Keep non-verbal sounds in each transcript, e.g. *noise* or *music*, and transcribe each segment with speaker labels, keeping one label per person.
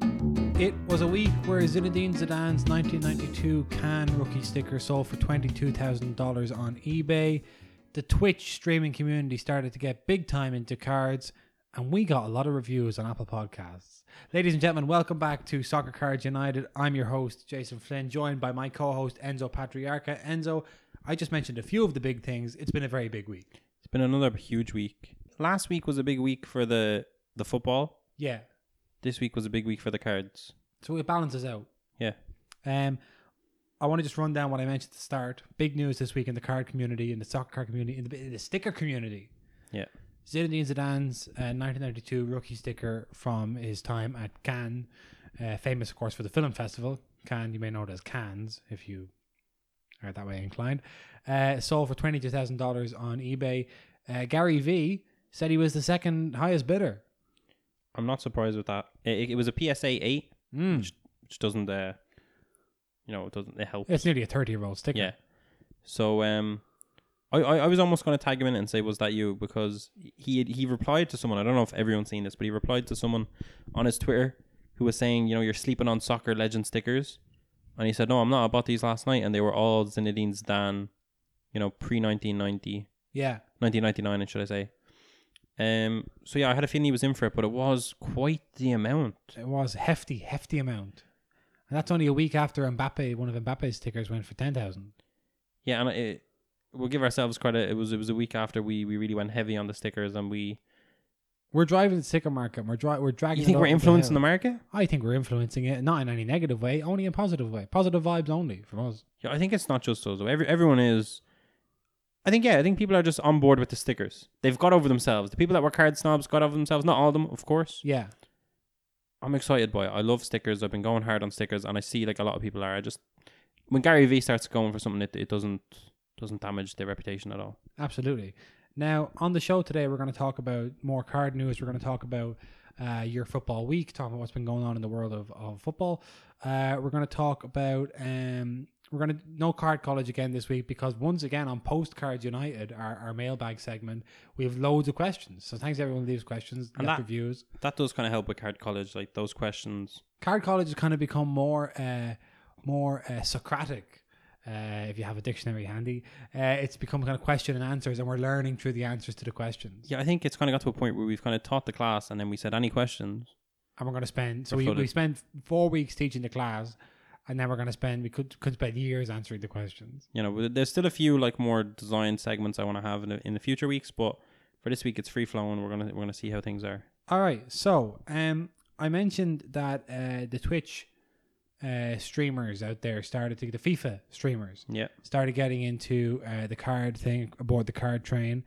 Speaker 1: It was a week where Zinedine Zidane's 1992 Can rookie sticker sold for $22,000 on eBay. The Twitch streaming community started to get big time into cards, and we got a lot of reviews on Apple Podcasts. Ladies and gentlemen, welcome back to Soccer Cards United. I'm your host, Jason Flynn, joined by my co host, Enzo Patriarca. Enzo, I just mentioned a few of the big things. It's been a very big week.
Speaker 2: It's been another huge week. Last week was a big week for the the football.
Speaker 1: Yeah,
Speaker 2: This week was a big week for the cards.
Speaker 1: so it balances out.
Speaker 2: Yeah.
Speaker 1: Um, I want to just run down what I mentioned at the start. Big news this week in the card community, in the soccer card community, in the, in the sticker community.
Speaker 2: Yeah.
Speaker 1: Zinedine Zidane's uh, 1992 rookie sticker from his time at Cannes, uh, famous, of course, for the film festival. Cannes, you may know it as Cannes if you are that way inclined. Uh, sold for $22,000 on eBay. Uh, Gary V said he was the second highest bidder.
Speaker 2: I'm not surprised with that. It, it was a PSA 8,
Speaker 1: Mm.
Speaker 2: which, which doesn't uh you know, it doesn't it help.
Speaker 1: It's nearly a 30 year old sticker.
Speaker 2: Yeah. So um I, I, I was almost going to tag him in and say was that you because he had- he replied to someone I don't know if everyone's seen this but he replied to someone on his Twitter who was saying you know you're sleeping on soccer legend stickers and he said no I'm not I bought these last night and they were all Zinedine Zidane you know pre 1990
Speaker 1: Yeah.
Speaker 2: 1999 should I say um so yeah I had a feeling he was in for it but it was quite the amount
Speaker 1: It was a hefty, hefty amount. And that's only a week after Mbappe, one of Mbappe's stickers went for 10,000.
Speaker 2: Yeah, and it, we'll give ourselves credit. It was it was a week after we we really went heavy on the stickers, and we.
Speaker 1: We're driving the sticker market. We're, dri- we're dragging
Speaker 2: You think
Speaker 1: it
Speaker 2: we're
Speaker 1: up
Speaker 2: influencing the
Speaker 1: hill.
Speaker 2: market?
Speaker 1: I think we're influencing it, not in any negative way, only in positive way. Positive vibes only from us.
Speaker 2: Yeah, I think it's not just us. though. Every everyone is. I think yeah, I think people are just on board with the stickers. They've got over themselves. The people that were card snobs got over themselves. Not all of them, of course.
Speaker 1: Yeah.
Speaker 2: I'm excited by it. I love stickers. I've been going hard on stickers, and I see like a lot of people are. I just when Gary Vee starts going for something, it, it doesn't doesn't damage their reputation at all.
Speaker 1: Absolutely. Now, on the show today, we're going to talk about more card news. We're going to talk about uh, your football week, talk about what's been going on in the world of, of football. Uh, we're going to talk about, um, we're going to, no card college again this week because once again on Postcards United, our, our mailbag segment, we have loads of questions. So thanks everyone who leaves questions,
Speaker 2: And
Speaker 1: left
Speaker 2: that-
Speaker 1: reviews.
Speaker 2: That does kind of help with card college, like those questions.
Speaker 1: Card college has kind of become more, uh, more uh, Socratic. Uh, if you have a dictionary handy, uh, it's become kind of question and answers, and we're learning through the answers to the questions.
Speaker 2: Yeah, I think it's kind of got to a point where we've kind of taught the class, and then we said any questions.
Speaker 1: and we're going to spend so
Speaker 2: We're
Speaker 1: we, we
Speaker 2: flooded.
Speaker 1: spent four weeks teaching the class and then we're going to spend we could could spend years answering the questions
Speaker 2: you know but there's still a few like more design segments i want to have in the, in the future weeks but for this week it's free flowing we're gonna we're gonna see how things are
Speaker 1: all right so um i mentioned that uh the twitch uh streamers out there started to the fifa streamers
Speaker 2: yeah
Speaker 1: started getting into uh, the card thing aboard the card train.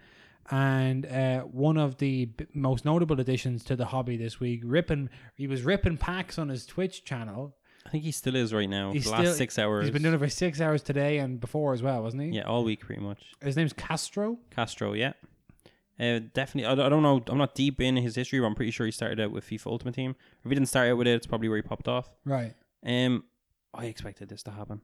Speaker 1: And uh, one of the b- most notable additions to the hobby this week, ripping, he was ripping packs on his Twitch channel.
Speaker 2: i think he still is right now
Speaker 1: He's
Speaker 2: for the
Speaker 1: still-
Speaker 2: last six hours
Speaker 1: He's been doing it for six hours today and before as well, wasn't he?
Speaker 2: yeah all week pretty much
Speaker 1: His name's Castro.
Speaker 2: castro yeah uh, definitely I, don't- I don't know i'm not deep in his history but i'm pretty sure he started out with fifa ultimate team if he didn't start out with it it's probably where he popped off
Speaker 1: Right.
Speaker 2: um i expected this to happen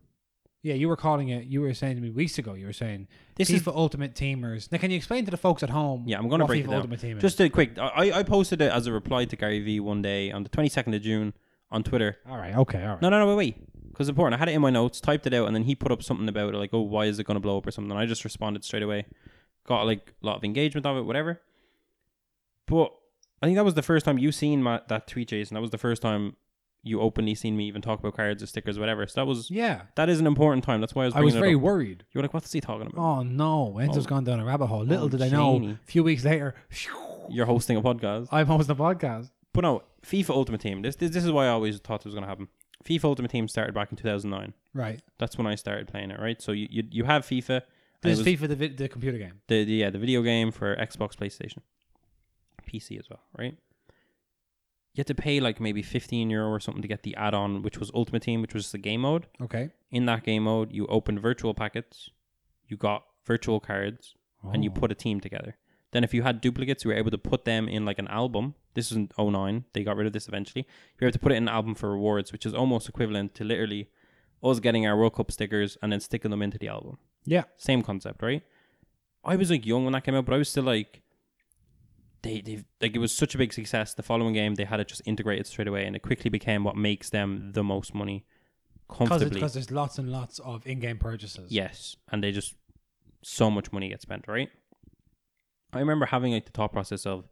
Speaker 1: Yeah, you were calling it. You were saying to me weeks ago. You were saying
Speaker 2: this
Speaker 1: FIFA
Speaker 2: is
Speaker 1: Ultimate Teamers. Now, can you explain to the folks at home?
Speaker 2: Yeah, I'm gonna
Speaker 1: what
Speaker 2: break
Speaker 1: FIFA
Speaker 2: it down.
Speaker 1: Ultimate Team is?
Speaker 2: just a quick I, I posted it as a reply to gary vee one day on the 22nd of june on twitter
Speaker 1: all right. Okay. All right.
Speaker 2: No, no, no, wait, wait. Because important. I had it in my notes, typed it out, and then he put up something about it, like, oh, why is it going to blow up or something. And I just responded straight away. Got like a lot of engagement of it, whatever. But I think that was the first time you seen my, that tweet, Jason. That was the first time you openly seen me even talk about cards or stickers, or whatever. So that was
Speaker 1: yeah,
Speaker 2: that is an important time. That's why I was.
Speaker 1: I was
Speaker 2: bringing it
Speaker 1: very
Speaker 2: up.
Speaker 1: worried.
Speaker 2: You were like, what's he talking about?
Speaker 1: Oh no, Enzo's
Speaker 2: Oh.
Speaker 1: gone down a rabbit hole. Little
Speaker 2: Oh,
Speaker 1: did I know.
Speaker 2: Janie.
Speaker 1: A few weeks later, Oh.
Speaker 2: You're hosting a podcast.
Speaker 1: I'm hosting a podcast.
Speaker 2: But no, FIFA Ultimate Team. This this, this is why I always thought this was going to happen. FIFA Ultimate Team started back in 2009.
Speaker 1: Right.
Speaker 2: That's when I started playing it, right? So you you, you have FIFA. and it
Speaker 1: This
Speaker 2: was-
Speaker 1: is FIFA, the, vi- the computer game.
Speaker 2: the, the yeah the video game for Xbox, PlayStation, PC as well, right? You had to pay like maybe fifteen euro or something to get the add-on, which was Ultimate Team, which was the game mode.
Speaker 1: Okay.
Speaker 2: In that game mode, you opened virtual packets, you got virtual cards, and you
Speaker 1: Oh.
Speaker 2: put a team together. Then, if you had duplicates, you were able to put them in like an album. This was in 09. They got rid of this eventually. You were able to put it in an album for rewards, which is almost equivalent to literally us getting our World Cup stickers and then sticking them into the album
Speaker 1: Yeah.
Speaker 2: same concept, right? I was like young when that came out, but I was still like, they they like it was such a big success. The following game, they had it just integrated straight away, and it quickly became what makes them the most money comfortably.
Speaker 1: because there's lots and lots of in-game purchases.
Speaker 2: Yes, and they just so much money gets spent, right? I remember having like the thought process of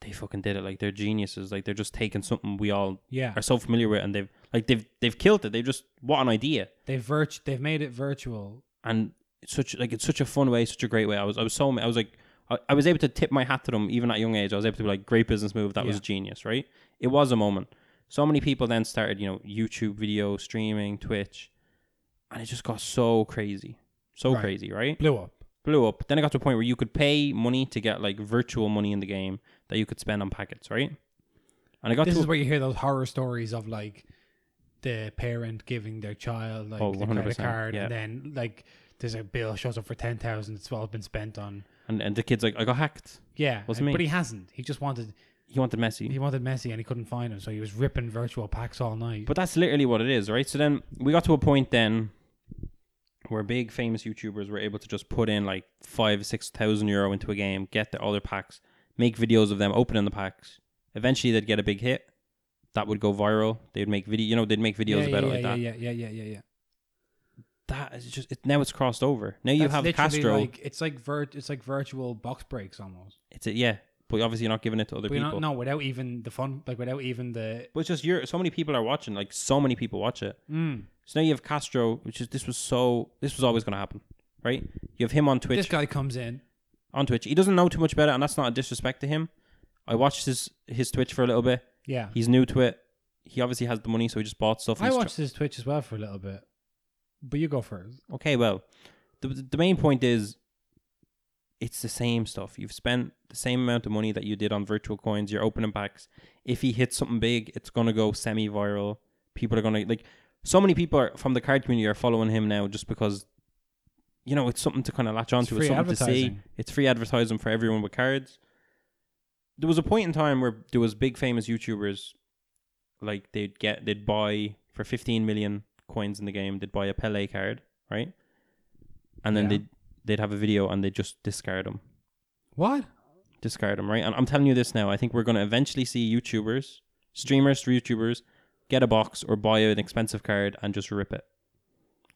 Speaker 2: they fucking did it, like they're geniuses, like they're just taking something we all
Speaker 1: yeah.
Speaker 2: are so familiar with, and they've like they've they've killed it. They've just what an idea,
Speaker 1: They've virt- they've made it virtual.
Speaker 2: and it's such like it's such a fun way, such a great way. I was I was so I was like I, I was able to tip my hat to them even at a young age. I was able to be like great business move. That was
Speaker 1: Yeah.
Speaker 2: genius, right? It was a moment. So many people then started you know YouTube video streaming, Twitch, and it just got so crazy, so
Speaker 1: Right.
Speaker 2: crazy, right?
Speaker 1: Blew up.
Speaker 2: blew up. Then it got to a point where you could pay money to get like virtual money in the game that you could spend on packets, right? And it got
Speaker 1: This
Speaker 2: to
Speaker 1: is where you hear those horror stories of like the parent giving their child like
Speaker 2: Oh,
Speaker 1: the credit
Speaker 2: 100%,
Speaker 1: card,
Speaker 2: yeah.
Speaker 1: and then like there's a bill shows up for ten thousand. It's all been spent on.
Speaker 2: and, and the kid's like, I got hacked.
Speaker 1: Yeah,
Speaker 2: Wasn't
Speaker 1: and-
Speaker 2: me.
Speaker 1: but he hasn't. He just wanted
Speaker 2: He wanted Messi.
Speaker 1: he wanted Messi, and he couldn't find him, so he was ripping virtual packs all night.
Speaker 2: But that's literally what it is, right? So then we got to a point then where big famous YouTubers were able to just put in like five, six thousand euro into a game, get the other packs, make videos of them opening the packs. Eventually they'd get a big hit. That would go viral. They'd make video you know, they'd make videos
Speaker 1: yeah,
Speaker 2: about
Speaker 1: yeah,
Speaker 2: it like
Speaker 1: yeah,
Speaker 2: that.
Speaker 1: yeah, yeah, yeah, yeah, yeah.
Speaker 2: That is just it, now it's crossed over. Now you
Speaker 1: That's
Speaker 2: have
Speaker 1: literally
Speaker 2: Castro.
Speaker 1: Like, it's like vir- it's like virtual box breaks almost.
Speaker 2: It's a, yeah, but obviously you're not giving it to other
Speaker 1: But
Speaker 2: people.
Speaker 1: not, no, without even the fun, like without even the.
Speaker 2: But it's just you're so many people are watching. Like so many people watch it.
Speaker 1: Mm.
Speaker 2: So now you have Castro, which is this was so this was always going to happen, right? You have him on Twitch.
Speaker 1: This guy comes in.
Speaker 2: on Twitch, he doesn't know too much about it, and that's not a disrespect to him. I watched his his Twitch for a little bit.
Speaker 1: Yeah,
Speaker 2: He's new to it. He obviously has the money, so he just bought stuff. and
Speaker 1: I
Speaker 2: he's tr-
Speaker 1: watched his Twitch as well for a little bit, but you go first.
Speaker 2: okay, well, the the main point is it's the same stuff. You've spent the same amount of money that you did on virtual coins. You're opening packs. If he hits something big, it's gonna go semi-viral. People are gonna like. So many people are, from the card community are following him now just because, you know, it's something to kind of latch onto.
Speaker 1: free
Speaker 2: It's, something to see.
Speaker 1: advertising.
Speaker 2: It's free advertising for everyone with cards. There was a point in time where there was big famous YouTubers, like they'd get they'd buy for fifteen million coins in the game. They'd buy a Pele card, right? And then
Speaker 1: Yeah.
Speaker 2: they'd they'd have a video and they'd just discard them,
Speaker 1: What?
Speaker 2: discard them, right? And I'm telling you this now. I think we're gonna eventually see YouTubers, streamers, YouTubers, get a box or buy an expensive card and just rip it,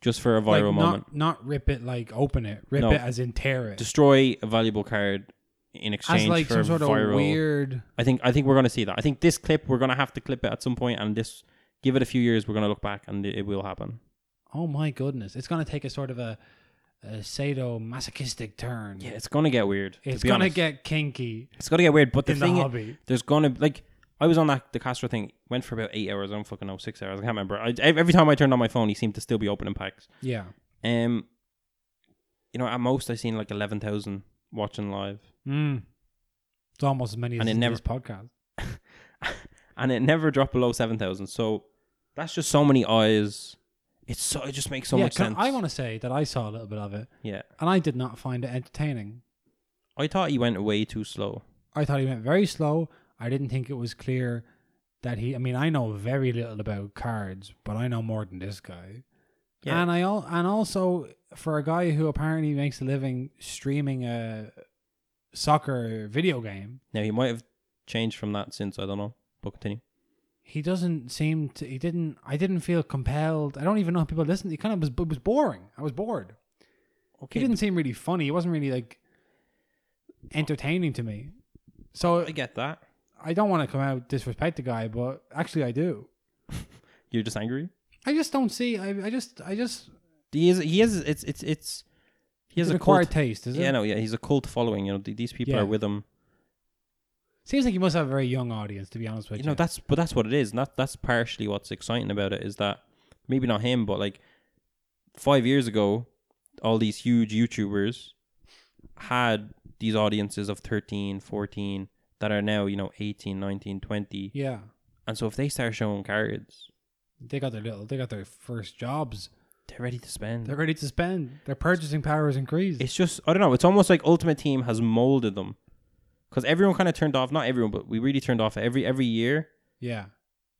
Speaker 2: just for a
Speaker 1: Like,
Speaker 2: viral moment.
Speaker 1: not not rip it like open it. Rip
Speaker 2: No.
Speaker 1: it as in tear it.
Speaker 2: Destroy a valuable card in exchange
Speaker 1: as like
Speaker 2: for
Speaker 1: some sort of
Speaker 2: viral.
Speaker 1: weird.
Speaker 2: I think I think we're gonna see that. I think this clip we're gonna have to clip it at some point, and this give it a few years. We're gonna look back, and it, it will happen.
Speaker 1: Oh my goodness! It's gonna take a sort of a, a sadomasochistic turn.
Speaker 2: Yeah, it's gonna get weird.
Speaker 1: it's
Speaker 2: to be
Speaker 1: gonna
Speaker 2: honest.
Speaker 1: get kinky
Speaker 2: it's gonna get weird. But the
Speaker 1: in the
Speaker 2: thing,
Speaker 1: hobby.
Speaker 2: there's gonna like I was on that the Castro thing. Went for about eight hours. I don't fucking know six hours. I can't remember. I, ev- every time I turned on my phone, he seemed to still be opening packs.
Speaker 1: yeah,
Speaker 2: Um, you know, at most I seen like eleven thousand watching live,
Speaker 1: mm. it's almost as many as
Speaker 2: And it
Speaker 1: this
Speaker 2: never-
Speaker 1: podcast.
Speaker 2: and it never dropped below seven thousand. So that's just so many eyes. It's so it just makes so
Speaker 1: yeah,
Speaker 2: much
Speaker 1: can-
Speaker 2: sense.
Speaker 1: I want to say that I saw a little bit of it,
Speaker 2: yeah,
Speaker 1: and I did not find it entertaining.
Speaker 2: I thought he went way too slow.
Speaker 1: I thought he went very slow. I didn't think it was clear that he. I mean, I know very little about cards, but I know more than this guy.
Speaker 2: Yeah.
Speaker 1: And I all and also for a guy who apparently makes a living streaming a soccer video game,
Speaker 2: Now he might have changed from that since I don't know. But continue.
Speaker 1: he doesn't seem to. He didn't. I didn't feel compelled. I don't even know how people listen. He kind of was. It was boring. I was bored.
Speaker 2: Okay,
Speaker 1: He didn't seem really funny. He wasn't really like entertaining to me. So
Speaker 2: I get that.
Speaker 1: I don't want to come out disrespect the guy, but actually I do.
Speaker 2: You're just angry.
Speaker 1: I just don't see. I, I just, I just.
Speaker 2: He is. He is. It's. It's. It's. He has
Speaker 1: It's
Speaker 2: a
Speaker 1: an
Speaker 2: cult.
Speaker 1: acquired taste, is it?
Speaker 2: yeah, no, yeah. He's a cult following. You know, th- these people
Speaker 1: Yeah.
Speaker 2: are with him.
Speaker 1: Seems like you must have a very young audience, to be honest with
Speaker 2: You
Speaker 1: you.
Speaker 2: know, that's. But that's what it is. And that. That's partially what's exciting about it is that maybe not him, but like five years ago, all these huge YouTubers had these audiences of 13, 14 that are now, you know, 18, 19, 20.
Speaker 1: yeah,
Speaker 2: And so if they start showing cards,
Speaker 1: they got their little, they got their first jobs.
Speaker 2: they're ready to spend.
Speaker 1: They're ready to spend. Their purchasing power is increased.
Speaker 2: it's just I don't know. It's almost like Ultimate Team has molded them because everyone kind of turned off. Not everyone, but we really turned off every every year.
Speaker 1: yeah,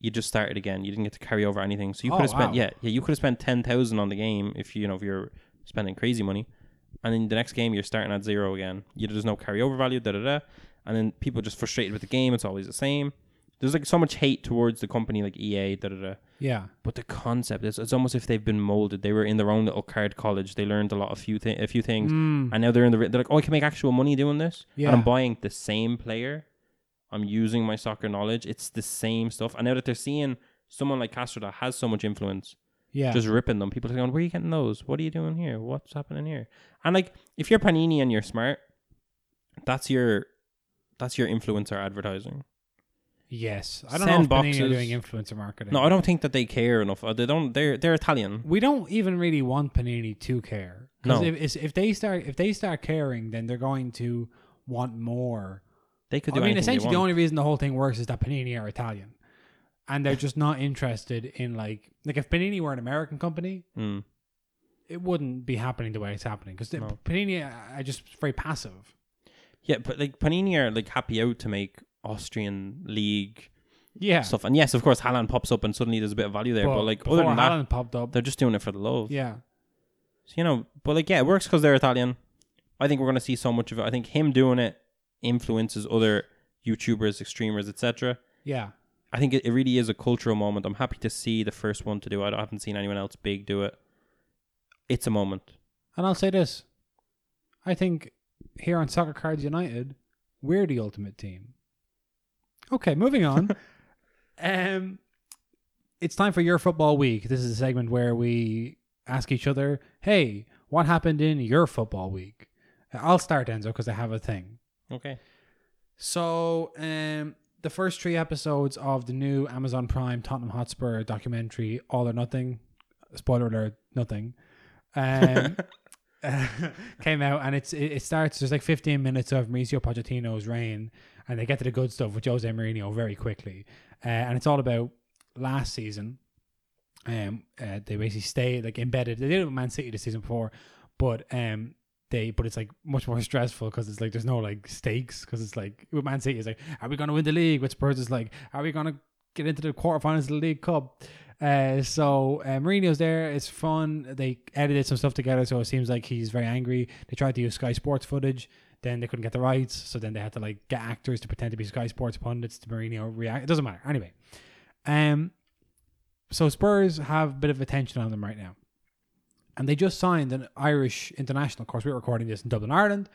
Speaker 2: You just started again. You didn't get to carry over anything. So you
Speaker 1: Oh,
Speaker 2: could have spent
Speaker 1: wow.
Speaker 2: yeah yeah you could have spent ten thousand on the game if you, you know if you're spending crazy money, and then the next game you're starting at zero again. You, there's no carryover value da da da, and then people just frustrated with the game. It's always the same. There's like so much hate towards the company like EA. Da da da.
Speaker 1: Yeah.
Speaker 2: But the concept is it's almost if they've been molded. They were in their own little card college. They learned a lot of few thi- a few things,
Speaker 1: Mm.
Speaker 2: and now they're in the re- they're like, oh, I can make actual money doing this.
Speaker 1: Yeah.
Speaker 2: And I'm buying the same player. I'm using my soccer knowledge. It's the same stuff. And now that they're seeing someone like Castro that has so much influence,
Speaker 1: Yeah.
Speaker 2: just ripping them, people are going, where are you getting those? What are you doing here? What's happening here? And like, if you're Panini and you're smart, that's your that's your influencer advertising.
Speaker 1: yes. I don't know
Speaker 2: send
Speaker 1: if boxes. are
Speaker 2: boxes.
Speaker 1: doing influencer marketing.
Speaker 2: No, I don't think that they care enough. Uh, They don't. They're they're Italian.
Speaker 1: we don't even really want Panini to care. 'Cause
Speaker 2: No.
Speaker 1: if, it's- if they start if they start caring, then they're going to want more.
Speaker 2: They could
Speaker 1: I
Speaker 2: do
Speaker 1: mean,
Speaker 2: anything they
Speaker 1: essentially,
Speaker 2: want.
Speaker 1: the only reason the whole thing works is that Panini are Italian, and they're just not interested in like like if Panini were an American company,
Speaker 2: Mm.
Speaker 1: it wouldn't be happening the way it's happening because
Speaker 2: No.
Speaker 1: Panini are just very passive.
Speaker 2: Yeah, but like Panini are like happy out to make Austrian league
Speaker 1: Yeah,
Speaker 2: stuff, and yes, of course, Haaland pops up and suddenly there's a bit of value there. But, like
Speaker 1: before
Speaker 2: other than that,
Speaker 1: Haaland popped up,
Speaker 2: they're just doing it for the love.
Speaker 1: yeah,
Speaker 2: So, you know, but like yeah, it works because they're Italian. I think we're gonna see so much of it. I think him doing it influences other YouTubers, extremers, etc.
Speaker 1: yeah,
Speaker 2: I think it, it really is a cultural moment. I'm happy to see the first one to do it. I haven't seen anyone else big do it. It's a moment.
Speaker 1: and I'll say this: I think here on Soccer Cards United, we're the ultimate team. Okay, moving on. um, it's time for your football week. This is a segment where we ask each other, "Hey, what happened in your football week?" I'll start Enzo because I have a thing.
Speaker 2: Okay.
Speaker 1: So, um, the first three episodes of the new Amazon Prime Tottenham Hotspur documentary, All or Nothing, spoiler alert, nothing, um, *laughs* came out, and it's it, it starts. There's like 15 minutes of Mauricio Pochettino's reign, and they get to the good stuff with Jose Mourinho very quickly, uh, and it's all about last season. Um, uh, they basically stay like embedded. They did it with Man City the season before, but um, they but it's like much more stressful because it's like there's no like stakes because it's like with Man City it's like are we gonna win the league? With Spurs it's like are we gonna get into the quarterfinals of the League Cup? Uh, so uh, Mourinho's there. It's fun. They edited some stuff together, so it seems like he's very angry. They tried to use Sky Sports footage, then they couldn't get the rights, so then they had to like get actors to pretend to be Sky Sports pundits to Mourinho react. It doesn't matter anyway. Um, so Spurs have a bit of attention on them right now and they just signed an Irish international. Of course, we we're recording this in Dublin, Ireland,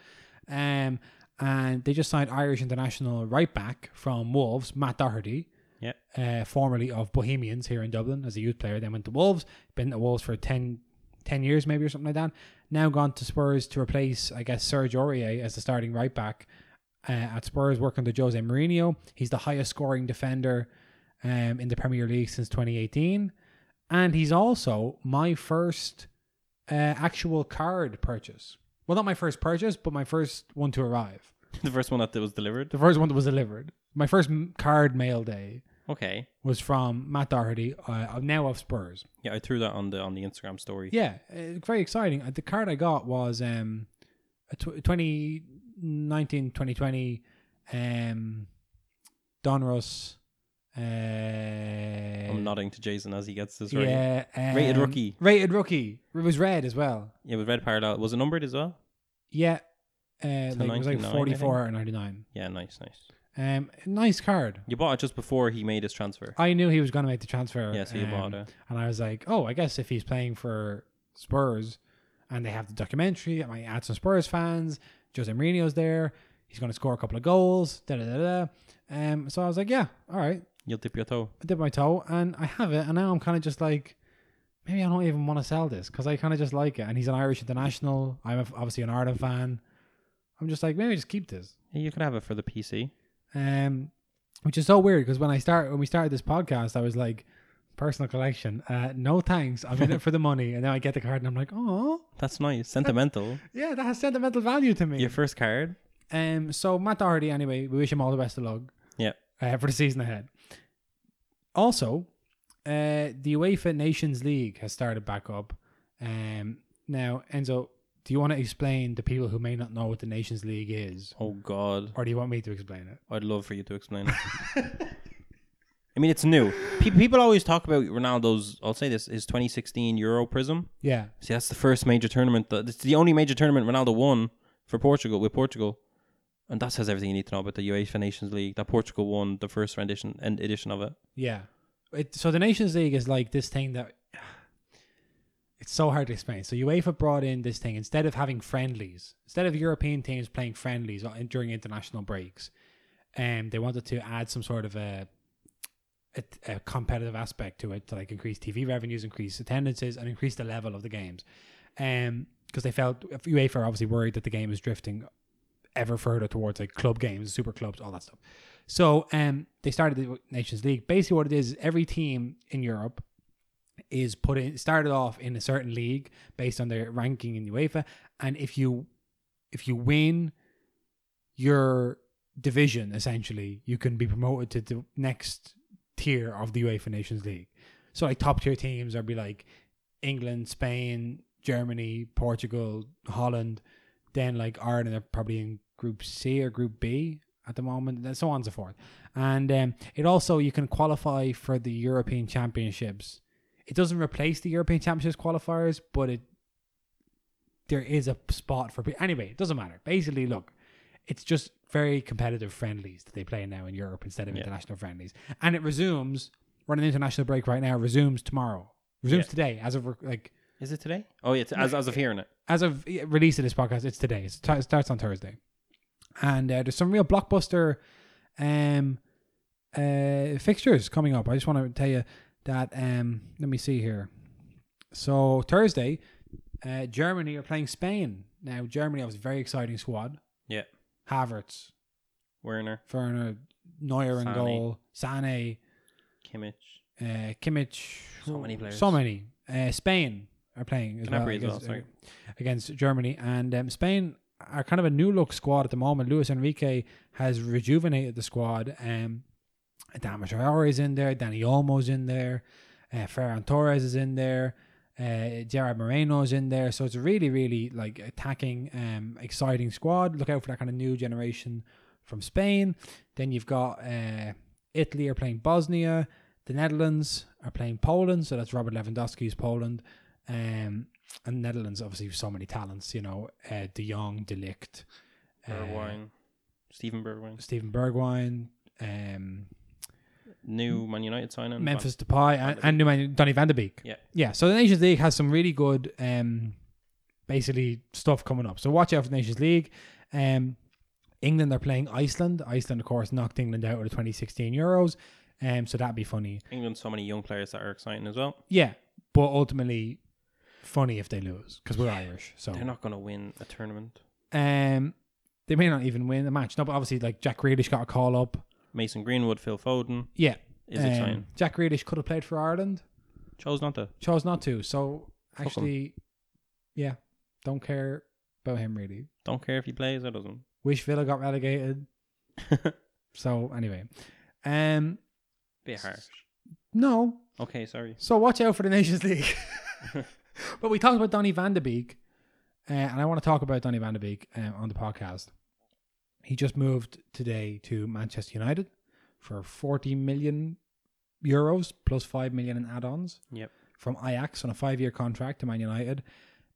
Speaker 1: um, and they just signed Irish international right back from Wolves, Matt Doherty,
Speaker 2: Yep.
Speaker 1: uh, formerly of Bohemians here in Dublin as a youth player. Then went to Wolves, been at Wolves for 10, 10 years maybe or something like that. Now gone to Spurs to replace, I guess, Serge Aurier as the starting right back uh, at Spurs, working under Jose Mourinho. He's the highest scoring defender um, in the Premier League since 2018. And he's also my first uh, actual card purchase. Well, not my first purchase, but my first one to arrive.
Speaker 2: *laughs* the first one that was delivered.
Speaker 1: The first one that was delivered. My first m- card mail day
Speaker 2: Okay.
Speaker 1: was from Matt Doherty, uh, now of Spurs.
Speaker 2: Yeah, I threw that on the on the Instagram story.
Speaker 1: Yeah, uh, very exciting. Uh, The card I got was um, a tw- 2019 2020 um, Donruss. Uh,
Speaker 2: I'm nodding to Jason as he gets this Oh, right.
Speaker 1: yeah, um,
Speaker 2: Rated rookie.
Speaker 1: Rated rookie. It was red as well.
Speaker 2: Yeah, with red parallel. Was it numbered as well?
Speaker 1: Yeah, uh, like, it was
Speaker 2: 99,
Speaker 1: like
Speaker 2: I think.
Speaker 1: 44 or 99.
Speaker 2: Yeah, nice, nice.
Speaker 1: Um, nice card.
Speaker 2: You bought it just before he made his transfer.
Speaker 1: I knew he was going to make the transfer.
Speaker 2: yeah, so you
Speaker 1: um,
Speaker 2: bought it.
Speaker 1: And I was like, oh, I guess if he's playing for Spurs and they have the documentary, I might add some Spurs fans. Jose Mourinho's there. He's going to score a couple of goals. Da da da da. Um, so I was like, yeah, all right.
Speaker 2: You'll dip your toe.
Speaker 1: I did my toe and I have it. And now I'm kind of just like, maybe I don't even want to sell this because I kind of just like it. And he's an Irish international. I'm a- obviously an Ireland fan. I'm just like, maybe just keep this.
Speaker 2: Yeah, you can have it for the PC.
Speaker 1: um, which is so weird because when I start when we started this podcast, I was like, personal collection, uh, no thanks, I'm in it for the money, and now I get the card and I'm like, oh,
Speaker 2: That's *laughs* nice. Sentimental.
Speaker 1: yeah, that has sentimental value to me.
Speaker 2: your first card.
Speaker 1: Um, so Matt Doherty, anyway, we wish him all the best of luck.
Speaker 2: Yeah.
Speaker 1: Uh, for the season ahead. Also, uh, the UEFA Nations League has started back up. Um, now Enzo, do you want to explain to people who may not know what the Nations League is,
Speaker 2: Oh God,
Speaker 1: or do you want me to explain it?
Speaker 2: I'd love for you to explain it. *laughs* I mean, it's new. Pe- people always talk about Ronaldo's. I'll say this: his 2016 Euro Prism.
Speaker 1: Yeah.
Speaker 2: See, that's the first major tournament. That, it's the only major tournament Ronaldo won for Portugal with Portugal, and that says everything you need to know about the UEFA Nations League. That Portugal won the first rendition and edition of it.
Speaker 1: Yeah. It, so the Nations League is like this thing that *sighs* it's so hard to explain. So UEFA brought in this thing instead of having friendlies, instead of European teams playing friendlies on- during international breaks, um, they wanted to add some sort of a, a a competitive aspect to it to like increase TV revenues, increase attendances, and increase the level of the games. Um, because they felt UEFA are obviously worried that the game is drifting ever further towards like club games, super clubs, all that stuff. So um, they started the Nations League. Basically, what it is is every team in Europe is put in started off in a certain league based on their ranking in UEFA, and if you if you win your division, essentially, you can be promoted to the next tier of the UEFA Nations League. So like top tier teams are be like England, Spain, Germany, Portugal, Holland, then like Ireland are probably in Group C or Group B at the moment, and so on and so forth. And um, it also you can qualify for the European Championships. It doesn't replace the European Championships qualifiers, but it there is a spot for pe- anyway. It doesn't matter. Basically, look, it's just very competitive friendlies that they play now in Europe instead of
Speaker 2: Yeah.
Speaker 1: international friendlies, and it resumes. We're on an international break right now. Resumes tomorrow. Resumes
Speaker 2: Yeah.
Speaker 1: today as of rec- like
Speaker 2: Is it today? Oh yeah, it's, as as of hearing it.
Speaker 1: as of yeah, release of this podcast, it's today. It's t- it starts on Thursday, and uh, there's some real blockbuster um, uh, fixtures coming up. I just want to tell you that. Um, let me see here. So Thursday, uh, Germany are playing Spain. Now Germany have a very exciting squad.
Speaker 2: Yeah.
Speaker 1: Havertz,
Speaker 2: Werner,
Speaker 1: Werner, uh, Neuer in
Speaker 2: Sané.
Speaker 1: goal, Sane,
Speaker 2: Kimmich.
Speaker 1: uh, Kimmich.
Speaker 2: So many players.
Speaker 1: So many. Uh, Spain are playing as well,
Speaker 2: Gnabry as well,
Speaker 1: against, uh,
Speaker 2: sorry.
Speaker 1: against Germany. And um, Spain are kind of a new look squad at the moment. Luis Enrique has rejuvenated the squad. Um, Dan Traore is in there. Danny Olmo's in there. Uh, Ferran Torres is in there. Uh, Gerard Moreno's in there. So it's a really, really like attacking, um, exciting squad. Look out for that kind of new generation from Spain. Then you've got uh, Italy are playing Bosnia. The Netherlands are playing Poland. So that's Robert Lewandowski's Poland. Um, and Netherlands obviously have so many talents. You know, uh, De Jong, De Ligt, uh,
Speaker 2: Bergwijn, Stephen Bergwijn,
Speaker 1: Steven Bergwijn. Um,
Speaker 2: new Man United signing.
Speaker 1: Memphis Depay and,
Speaker 2: Van
Speaker 1: and new man, Donny Van de Beek.
Speaker 2: Yeah.
Speaker 1: yeah. So the Nations League has some really good, um, basically stuff coming up. So watch out for the Nations League. Um, England are playing Iceland. Iceland, of course, knocked England out with the 2016 Euros. Um, so that'd be funny.
Speaker 2: England, so many young players that are exciting as well.
Speaker 1: Yeah, but ultimately, funny if they lose because we're Irish. So
Speaker 2: They're not going to win a tournament.
Speaker 1: um, they may not even win the match. No, but obviously, like Jack Grealish got a call up.
Speaker 2: Mason Greenwood, Phil Foden
Speaker 1: Yeah,
Speaker 2: is
Speaker 1: um,
Speaker 2: exciting.
Speaker 1: Jack Grealish could have played for Ireland.
Speaker 2: Chose not to.
Speaker 1: chose not to. So
Speaker 2: him.
Speaker 1: actually, yeah, don't care about him really.
Speaker 2: Don't care if he plays or doesn't.
Speaker 1: Wish Villa got relegated. So anyway, um,
Speaker 2: Bit harsh.
Speaker 1: no.
Speaker 2: Okay, sorry.
Speaker 1: So watch out for the Nations League. *laughs* but we talked about Donny Van de Beek, uh, and I want to talk about Donny Van de Beek um, on the podcast. He just moved today to Manchester United for 40 million euros plus 5 million in add-ons.
Speaker 2: Yep.
Speaker 1: from Ajax on a five year contract to Man United.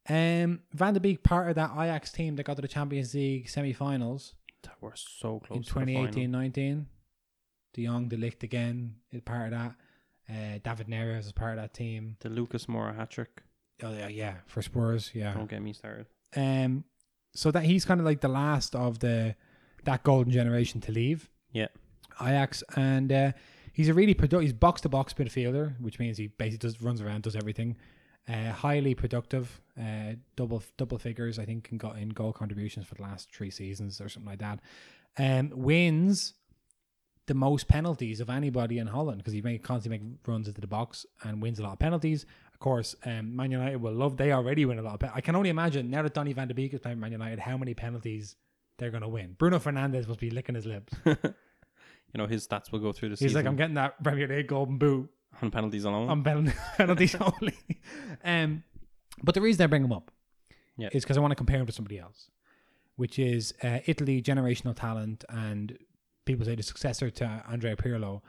Speaker 1: Um, Van de Beek part of that Ajax team that got to the Champions League semi finals
Speaker 2: That we're so close
Speaker 1: in
Speaker 2: to Oh, the final.
Speaker 1: 2018 19. De Jong, De Ligt again is part of that. Uh, David Neres is part of that team.
Speaker 2: The Lucas Moura hat trick.
Speaker 1: Oh, yeah, yeah, for Spurs, yeah.
Speaker 2: Don't get me started.
Speaker 1: Um, so that he's kind of like the last of the that golden generation to leave.
Speaker 2: Yeah.
Speaker 1: Ajax, and uh, he's a really productive. He's box to box midfielder, which means he basically does runs around, does everything. Uh, highly productive, uh, double double figures, I think, in, go- in goal contributions for the last three seasons or something like that. Um, wins the most penalties of anybody in Holland because he make, constantly make runs into the box and wins a lot of penalties. Of course, um, Man United will love. They already win a lot of. Pe- I can only imagine now that Donny Van de Beek is playing Man United, how many penalties they're going to win. Bruno Fernandez must be licking his lips.
Speaker 2: You know, his stats will go through the
Speaker 1: He's
Speaker 2: season
Speaker 1: like, I'm getting that Premier League golden boot.
Speaker 2: on penalties alone.
Speaker 1: I'm betting *laughs*
Speaker 2: *laughs*
Speaker 1: penalties only. Um, but the reason I bring him up
Speaker 2: Yeah.
Speaker 1: is because I want to compare him to somebody else, which is uh, Italy generational talent and people say the successor to Andrea Pirlo,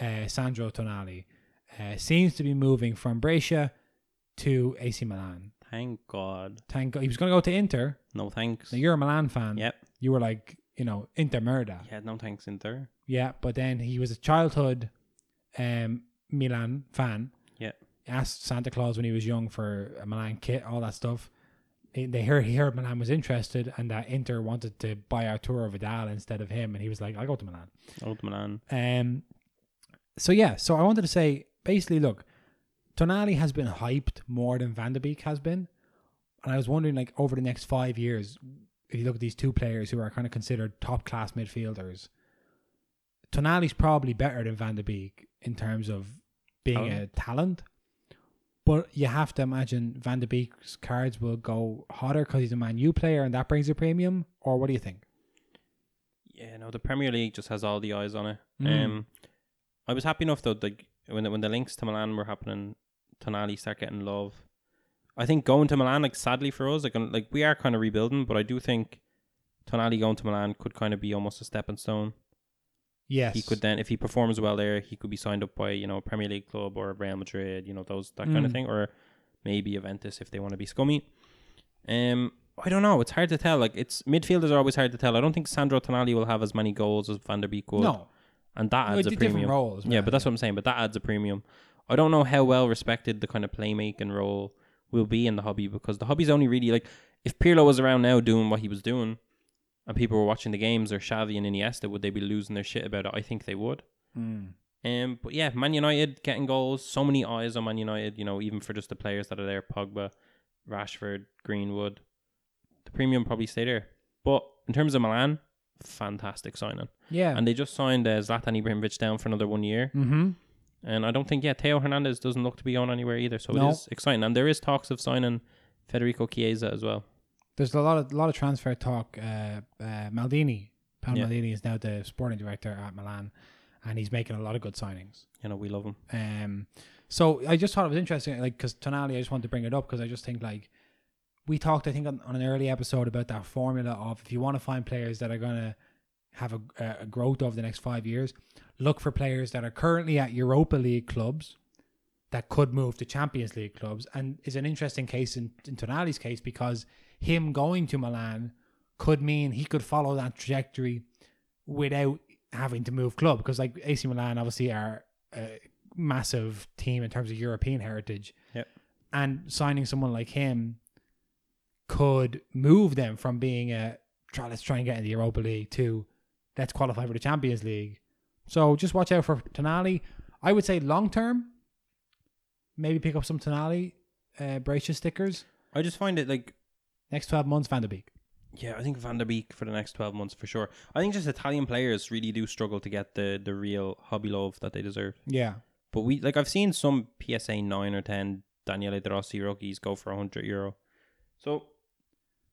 Speaker 1: uh, Sandro Tonali, uh, seems to be moving from Brescia to AC Milan.
Speaker 2: Thank God.
Speaker 1: Thank God. He was going to go to Inter.
Speaker 2: No thanks.
Speaker 1: Now you're a Milan fan.
Speaker 2: Yep.
Speaker 1: You were like you know, Inter Merda.
Speaker 2: Yeah, no thanks, Inter.
Speaker 1: Yeah, but then he was a childhood um, Milan fan.
Speaker 2: Yeah.
Speaker 1: Asked Santa Claus when he was young for a Milan kit, all that stuff. They, they heard he heard Milan was interested and that Inter wanted to buy Arturo Vidal instead of him, and he was like, "I'll go to Milan."
Speaker 2: Old Milan.
Speaker 1: Um, so yeah, so I wanted to say basically, look, Tonali has been hyped more than Van de Beek has been, and I was wondering like over the next five years, if you look at these two players who are kind of considered top class midfielders, Tonali's probably better than Van de Beek in terms of being
Speaker 2: Oh,
Speaker 1: a talent. But you have to imagine Van de Beek's cards will go hotter because he's a Man U player and that brings a premium. Or what do you think?
Speaker 2: Yeah, no, the Premier League just has all the eyes on it.
Speaker 1: Mm.
Speaker 2: Um, I was happy enough though, like when the, when the links to Milan were happening, Tonali start getting love. I think going to Milan, like sadly for us, like um, like we are kind of rebuilding, but I do think Tonali going to Milan could kind of be almost a stepping stone.
Speaker 1: Yes,
Speaker 2: He could then, if he performs well there, he could be signed up by you know a Premier League club or Real Madrid, you know those that kind of
Speaker 1: Mm.
Speaker 2: thing, or maybe Juventus if they want to be scummy. Um, I don't know. It's hard to tell. Like it's midfielders are always hard to tell. I don't think Sandro Tonali will have as many goals as Van der Beek would,
Speaker 1: no,
Speaker 2: and that
Speaker 1: no
Speaker 2: adds a
Speaker 1: di-
Speaker 2: premium.
Speaker 1: different roles.
Speaker 2: Yeah, but that's what I'm saying. But that adds a premium. I don't know how well respected the kind of playmaking role will be in the hobby because the hobby's only really like if Pirlo was around now doing what he was doing, and people were watching the games or Xavi and Iniesta, would they be losing their shit about it? I think they would.
Speaker 1: Mm.
Speaker 2: Um, but yeah, Man United getting goals, so many eyes on Man United. You know, even for just the players that are there, Pogba, Rashford, Greenwood, the premium probably stay there. But in terms of Milan, fantastic signing,
Speaker 1: yeah.
Speaker 2: and they just signed uh, Zlatan Ibrahimovic down for another one year.
Speaker 1: Mm-hmm.
Speaker 2: And I don't think, yeah, Teo Hernandez doesn't look to be going anywhere either. So
Speaker 1: No.
Speaker 2: it is exciting. And there is talks of signing Federico Chiesa as well.
Speaker 1: There's a lot of lot of transfer talk. Uh, uh, Maldini, Paolo
Speaker 2: Yeah.
Speaker 1: Maldini is now the sporting director at Milan, and he's making a lot of good signings.
Speaker 2: You know, we love him.
Speaker 1: Um, so I just thought it was interesting, like because Tonali, I just wanted to bring it up because I just think like we talked, I think on, on an early episode about that formula of if you want to find players that are gonna have a, a growth over the next five years, look for players that are currently at Europa League clubs that could move to Champions League clubs, and is an interesting case in, in Tonali's case because him going to Milan could mean he could follow that trajectory without having to move club because like AC Milan obviously are uh, a massive team in terms of European heritage.
Speaker 2: Yep.
Speaker 1: And signing someone like him could move them from being a try let's try and get in the Europa League to let's qualify for the Champions League. So just watch out for Tonali. I would say long term, maybe pick up some Tonali uh Bracia stickers.
Speaker 2: I just find it like,
Speaker 1: Next twelve months Van de Beek.
Speaker 2: yeah, I think Van der Beek for the next 12 months for sure. I think just Italian players really do struggle to get the, the real hobby love that they deserve.
Speaker 1: Yeah.
Speaker 2: But we, like, I've seen some PSA 9 or 10 Daniele De Rossi rookies go for 100 euro. So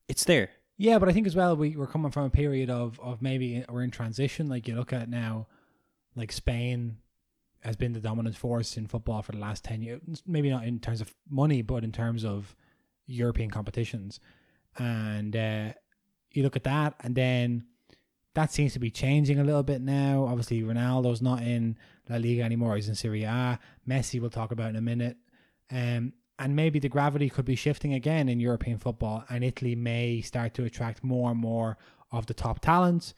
Speaker 2: it's there.
Speaker 1: Yeah, but I think as well we, we're coming from a period of of maybe we're in transition. Like you look at now, like Spain has been the dominant force in football for the last ten years. Maybe not in terms of money, but in terms of European competitions. And uh, you look at that, and then that seems to be changing a little bit now. Obviously, Ronaldo's not in La Liga anymore; he's in Serie A. Messi, we'll talk about in a minute. Um, and maybe the gravity could be shifting again in European football, and Italy may start to attract more and more of the top talents.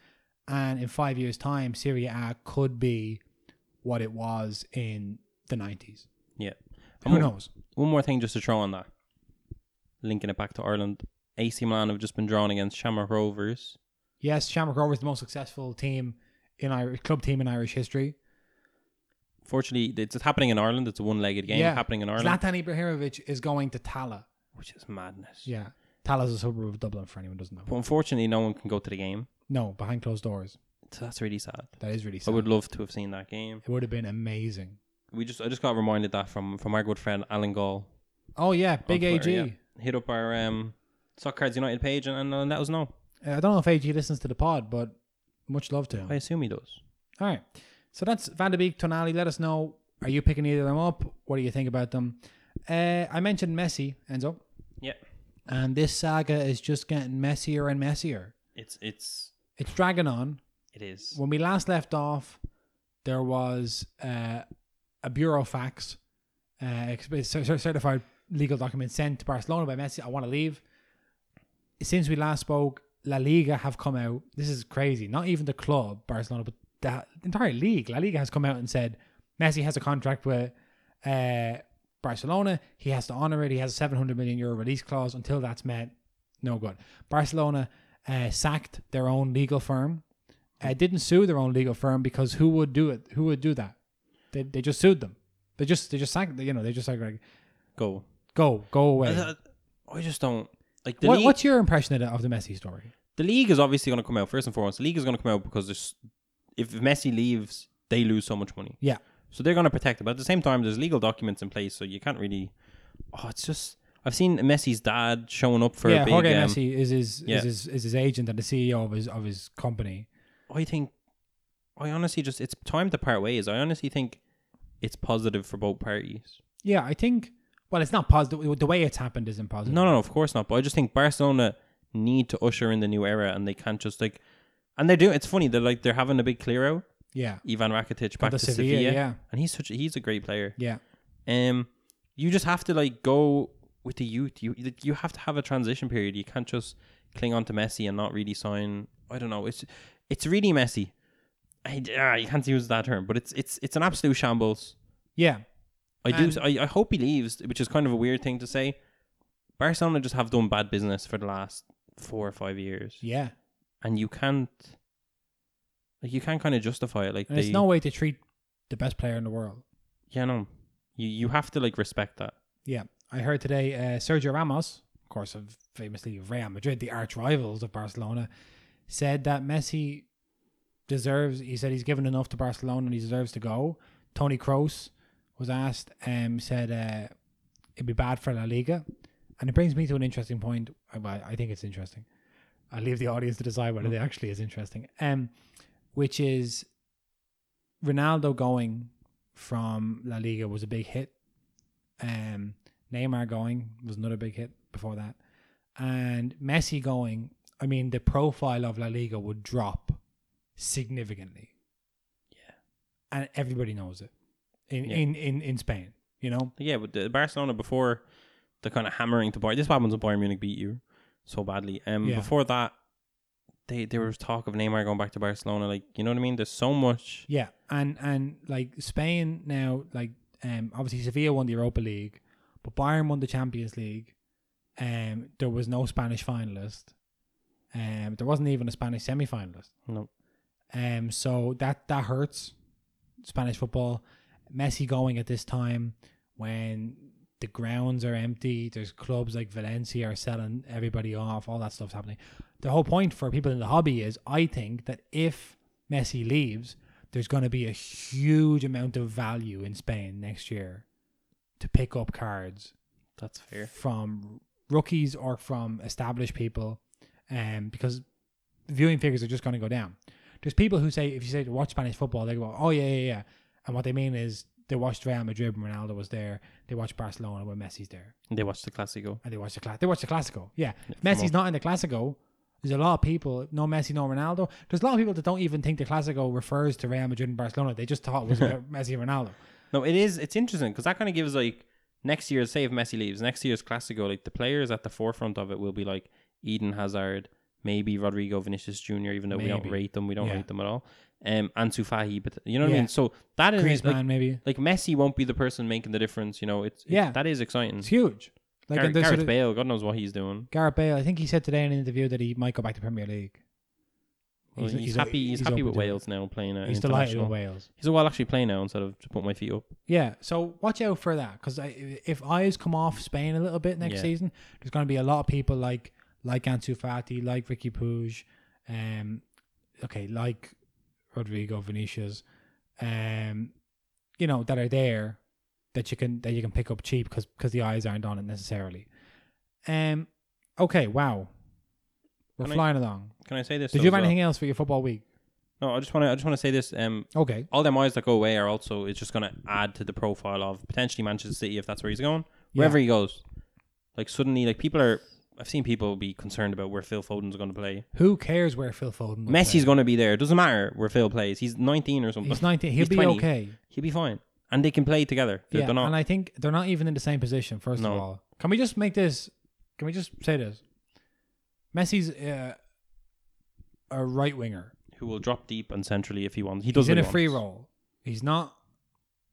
Speaker 1: And in five years' time, Serie A could be what it was in the 90s.
Speaker 2: Yeah.
Speaker 1: Who
Speaker 2: And-
Speaker 1: knows?
Speaker 2: One more thing just to throw on that. Linking it back to Ireland. AC Milan have just been drawn against Shamrock Rovers.
Speaker 1: Yes, Shamrock Rovers the most successful team in Irish club team in Irish history.
Speaker 2: Fortunately, it's it's happening in Ireland. It's a one legged game
Speaker 1: Yeah.
Speaker 2: happening in Ireland,
Speaker 1: Zlatan Ibrahimovic is going to Tala.
Speaker 2: which is madness.
Speaker 1: Yeah, Tala is a suburb of Dublin. For anyone who doesn't know,
Speaker 2: But unfortunately, no one can go to the game.
Speaker 1: no, behind closed doors.
Speaker 2: So that's really sad.
Speaker 1: That is really
Speaker 2: I
Speaker 1: sad.
Speaker 2: would love to have seen that game.
Speaker 1: it would have been amazing.
Speaker 2: We just I just got reminded that from, from our good friend Alan Gall.
Speaker 1: Oh yeah,
Speaker 2: on
Speaker 1: big
Speaker 2: Twitter,
Speaker 1: AG.
Speaker 2: yeah. Hit up our um, Soccer Cards United page and, and, uh, let us know.
Speaker 1: Uh, I don't know if AG listens to the pod, but much love to him.
Speaker 2: I assume he does.
Speaker 1: All right. So that's Van de Beek, Tonali. Let us know. Are you picking either of them up? What do you think about them? Uh, I mentioned Messi, Enzo.
Speaker 2: Yeah.
Speaker 1: And this saga is just getting messier and messier.
Speaker 2: It's it's
Speaker 1: It's dragging on.
Speaker 2: it is.
Speaker 1: When we last left off, there was uh, a bureau fax, uh, ex- cer- cer- certified legal document sent to Barcelona by Messi. I want to leave. Since we last spoke, La Liga have come out. This is crazy. Not even the club Barcelona, but the entire league. La Liga has come out and said Messi has a contract with uh, Barcelona. He has to honor it. He has a 700 million euro release clause. Until that's met, no good. Barcelona uh, sacked their own legal firm. Uh, didn't sue their own legal firm because who would do it? Who would do that? They, they just sued them. They just they just sacked. You know they just like like,
Speaker 2: Go.
Speaker 1: go go away.
Speaker 2: I, I just don't like the
Speaker 1: What,
Speaker 2: league.
Speaker 1: what's your impression of the, of the Messi story?
Speaker 2: the league is obviously going to come out first and foremost. The league is going to come out because there's, if Messi leaves, they lose so much money.
Speaker 1: Yeah.
Speaker 2: So they're going to protect him. But at the same time, there's legal documents in place, so you can't really. Oh, it's just I've seen Messi's dad showing up for
Speaker 1: yeah,
Speaker 2: a big.
Speaker 1: Jorge
Speaker 2: um,
Speaker 1: Messi is his,
Speaker 2: yeah.
Speaker 1: is his is his agent and the CEO of his of his company.
Speaker 2: I think I honestly just it's time to part ways. I honestly think it's positive for both parties.
Speaker 1: Yeah, I think. Well, it's not positive. The way it's happened isn't positive.
Speaker 2: No, no, no, of course not. But I just think Barcelona need to usher in the new era, and they can't just like. And they're doing. It's funny. They're like they're having a big clear out.
Speaker 1: Yeah,
Speaker 2: Ivan Rakitic back
Speaker 1: the
Speaker 2: to
Speaker 1: Sevilla,
Speaker 2: Sevilla,
Speaker 1: yeah.
Speaker 2: and he's such. A, he's a great player.
Speaker 1: yeah,
Speaker 2: Um, you just have to like go with the youth. You like, you have to have a transition period. You can't just cling on to Messi and not really sign. I don't know. It's it's really messy. I ah, you can't use that term, but it's it's it's an absolute shambles.
Speaker 1: yeah.
Speaker 2: I
Speaker 1: And-
Speaker 2: do. I, I hope he leaves, which is kind of a weird thing to say. Barcelona just have done bad business for the last four or five years,
Speaker 1: Yeah,
Speaker 2: and you can't. Like you can't kind of justify it. Like
Speaker 1: and
Speaker 2: they,
Speaker 1: it's no way to treat the best player in the world.
Speaker 2: yeah, no, you you have to like respect that.
Speaker 1: Yeah, I heard today uh, Sergio Ramos, of course, of famously Real Madrid, the arch rivals of Barcelona, said that Messi deserves. He said he's given enough to Barcelona and he deserves to go. Tony Kroos was asked, um, said uh, it'd be bad for La Liga, and it brings me to an interesting point. I, well, I think it's interesting. I leave the audience to decide whether it actually is interesting. Um, which is Ronaldo going from La Liga was a big hit. Um, Neymar going was another big hit before that, and Messi going. I mean, the profile of La Liga would drop significantly. Yeah, and everybody knows it in
Speaker 2: Yeah.
Speaker 1: in, in in Spain. You know,
Speaker 2: Yeah, but the Barcelona before the kind of hammering to Bayern. This happens when Bayern Munich beat you so badly. Um,
Speaker 1: Yeah.
Speaker 2: before that, they there was talk of Neymar going back to Barcelona. Like you know what I mean? There's so much.
Speaker 1: Yeah, and and like Spain now, like um, obviously Sevilla won the Europa League, but Bayern won the Champions League. Um, there was no Spanish finalist. Um, there wasn't even a Spanish semi-finalist.
Speaker 2: No.
Speaker 1: Um, so that that hurts Spanish football. Messi going at this time when the grounds are empty. There's clubs like Valencia are selling everybody off. All that stuff's happening. The whole point for people in the hobby is, I think that if Messi leaves, there's going to be a huge amount of value in Spain next year to pick up cards
Speaker 2: That's fair.
Speaker 1: from rookies or from established people, um, because viewing figures are just going to go down. There's people who say if you say to watch Spanish football, they go, "Oh yeah, yeah, yeah," and what they mean is they watched Real Madrid when Ronaldo was there, they watched Barcelona when Messi's there,
Speaker 2: And They watched the Clasico.
Speaker 1: and they watched the class. They watched the Clasico. Yeah, if
Speaker 2: come
Speaker 1: Messi's not in the Clasico. There's a lot of people, no Messi, no Ronaldo. There's a lot of people that don't even think the Clasico refers to Real Madrid and Barcelona. They just thought it
Speaker 2: *laughs*
Speaker 1: was about Messi and Ronaldo.
Speaker 2: No, it is. It's interesting because that kind of gives like next year. Say if Messi leaves, next year's Clasico, like the players at the forefront of it will be like Eden Hazard, maybe Rodrigo Vinicius Jr. Even though we don't
Speaker 1: Maybe.
Speaker 2: rate them, we don't
Speaker 1: Yeah.
Speaker 2: rate them at all. Um, Ansu Fati, but you know what I
Speaker 1: Yeah.
Speaker 2: mean. So that is like,
Speaker 1: Griezmann, maybe.
Speaker 2: like Messi won't be the person making the difference. You know, it's, it's
Speaker 1: Yeah.
Speaker 2: that is exciting.
Speaker 1: It's huge. Like
Speaker 2: Gar-
Speaker 1: and there's sort
Speaker 2: Gareth
Speaker 1: of-
Speaker 2: Bale, God knows what he's doing.
Speaker 1: Gareth Bale, I think he said today in an interview that he might go back to Premier League.
Speaker 2: Well, he's,
Speaker 1: he's-
Speaker 2: happy. He's,
Speaker 1: he's
Speaker 2: happy
Speaker 1: open
Speaker 2: with
Speaker 1: to it.
Speaker 2: Wales now playing. At
Speaker 1: He's delighted
Speaker 2: international.
Speaker 1: with Wales.
Speaker 2: He's like, well, I'll actually play now instead of just put my feet up.
Speaker 1: Yeah, so watch out for that because if eyes come off Spain a little bit next
Speaker 2: Yeah.
Speaker 1: season, there's going to be a lot of people like like Ansu Fati, like Ricky Puig, um, okay, like Rodrigo Vinicius, um, you know that are there that you can that you can pick up cheap because the eyes aren't on it necessarily. Um, okay, wow, we're
Speaker 2: Can I-
Speaker 1: flying along.
Speaker 2: Can I say this?
Speaker 1: Did
Speaker 2: though,
Speaker 1: you have
Speaker 2: as well?
Speaker 1: anything else for your football week?
Speaker 2: No, I just want to. I just want to say this. Um,
Speaker 1: Okay.
Speaker 2: all them eyes that go away are also. It's just going to add to the profile of potentially Manchester City if that's where he's going. Wherever he goes, like suddenly, like people are. I've seen people be concerned about where Phil Foden's going to play.
Speaker 1: Who cares where Phil Foden? will
Speaker 2: Messi's going to be there. It doesn't matter where Phil plays. He's 19 or
Speaker 1: play?
Speaker 2: something.
Speaker 1: He's nineteen. He'll
Speaker 2: He's
Speaker 1: be
Speaker 2: 20.
Speaker 1: okay.
Speaker 2: He'll be fine, and they can play together. They're,
Speaker 1: yeah,
Speaker 2: they're not.
Speaker 1: and I think they're not even in the same position. First
Speaker 2: No.
Speaker 1: of all, can we just make this? Can we just say this? Messi's uh, a right winger.
Speaker 2: who will drop deep and centrally if he wants. He does
Speaker 1: He's in
Speaker 2: what
Speaker 1: a
Speaker 2: he
Speaker 1: free
Speaker 2: wants.
Speaker 1: roll. He's not.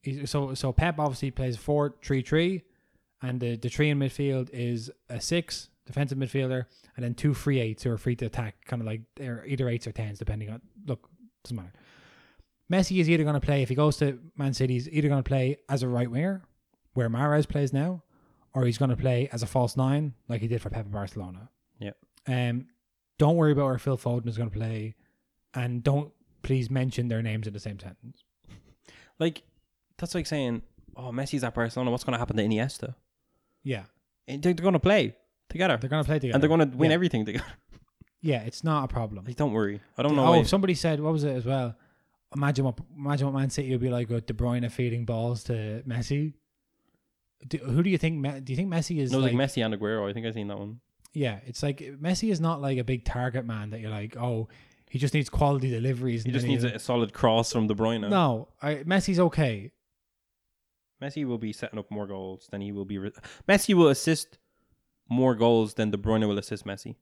Speaker 1: He's, so so Pep obviously plays four three three, and the the three in midfield is a six defensive midfielder, and then two free eights who are free to attack, kind of like they're either eights or tens depending on look doesn't matter. Messi is either going to play if he goes to Man City, he's either going to play as a right winger, where Mares plays now, or he's going to play as a false nine like he did for Pep in Barcelona.
Speaker 2: Yep.
Speaker 1: Um, don't worry about where Phil Foden is going to play, and don't please mention their names in the same sentence.
Speaker 2: Like that's like saying, "Oh, Messi's at Barcelona. What's going to happen to Iniesta?
Speaker 1: Yeah,
Speaker 2: And They're going to play together,
Speaker 1: they're going to play together,
Speaker 2: and they're going to win
Speaker 1: Yeah.
Speaker 2: everything together." *laughs*
Speaker 1: Yeah, it's not a problem.
Speaker 2: Like, don't worry. I don't know.
Speaker 1: Oh,
Speaker 2: why-
Speaker 1: somebody said what was it as well? Imagine what imagine what Man City would be like with De Bruyne feeding balls to Messi. Do, who do you think? Me- Do you think Messi is?
Speaker 2: no, it was
Speaker 1: like,
Speaker 2: like, Messi and Aguero. I think I seen that one.
Speaker 1: yeah, it's like Messi is not like a big target man that you're like, oh, he just needs quality deliveries.
Speaker 2: He
Speaker 1: and
Speaker 2: just
Speaker 1: then
Speaker 2: needs a, a solid cross from De Bruyne.
Speaker 1: No, I, Messi's okay.
Speaker 2: Messi will be setting up more goals than he will be. Re- Messi will assist more goals than De Bruyne will assist Messi.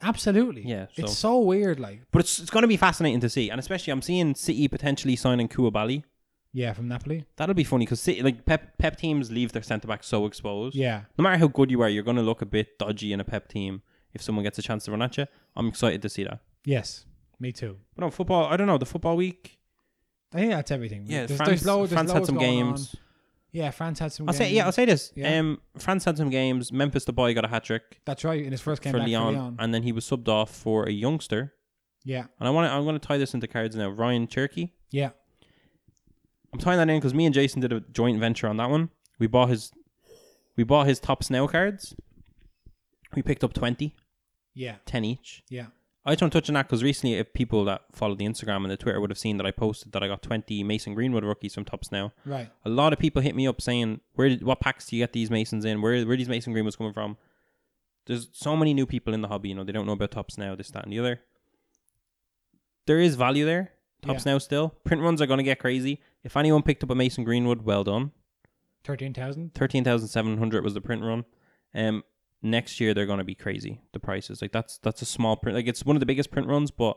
Speaker 1: Absolutely.
Speaker 2: Yeah,
Speaker 1: It's so weird, like
Speaker 2: But it's it's going to be fascinating to see, and especially I'm seeing City potentially signing Koulibaly.
Speaker 1: yeah, from Napoli.
Speaker 2: That'll be funny because City, like Pep, Pep teams leave their centre back so exposed.
Speaker 1: Yeah.
Speaker 2: No matter how good you are, you're going to look a bit dodgy in a Pep team if someone gets a chance to run at you. I'm excited to see that.
Speaker 1: Yes. Me too.
Speaker 2: But no football. I don't know the football week.
Speaker 1: I think that's everything.
Speaker 2: Yeah,
Speaker 1: There's-
Speaker 2: France,
Speaker 1: there's lo- there's
Speaker 2: France had
Speaker 1: loads
Speaker 2: some
Speaker 1: going on.
Speaker 2: games.
Speaker 1: Yeah, France had some.
Speaker 2: I'll say yeah. I'll
Speaker 1: games.
Speaker 2: say this.
Speaker 1: Yeah.
Speaker 2: Um, France had some games. Memphis Depay got a hat trick
Speaker 1: that's right. In his first game
Speaker 2: for
Speaker 1: back
Speaker 2: Leon,
Speaker 1: for Leon.
Speaker 2: and then he was subbed off for a youngster.
Speaker 1: yeah,
Speaker 2: And I want to I'm going to tie this into cards now. Ryan Cherky.
Speaker 1: yeah.
Speaker 2: I'm tying that in because me and Jason did a joint venture on that one. We bought his, we bought his top snow cards. We picked up 20,
Speaker 1: Yeah,
Speaker 2: 10 each.
Speaker 1: yeah,
Speaker 2: I just want to touch on that because recently, if people that follow the Instagram and the Twitter would have seen that I posted that I got 20 Mason Greenwood rookies from Tops now.
Speaker 1: right.
Speaker 2: A lot of people hit me up saying, "Where did what packs do you get these Masons in? Where where are these Mason Greenwoods coming from?" There's so many new people in the hobby. You know, they don't know about Tops now, this, that, and the other. There is value there. Tops now still print runs are going to get crazy. If anyone picked up a Mason Greenwood, well done.
Speaker 1: Thirteen thousand.
Speaker 2: Thirteen thousand seven hundred was the print run. Um, next year they're going to be crazy. The prices like that's that's a small print. Like it's one of the biggest print runs, but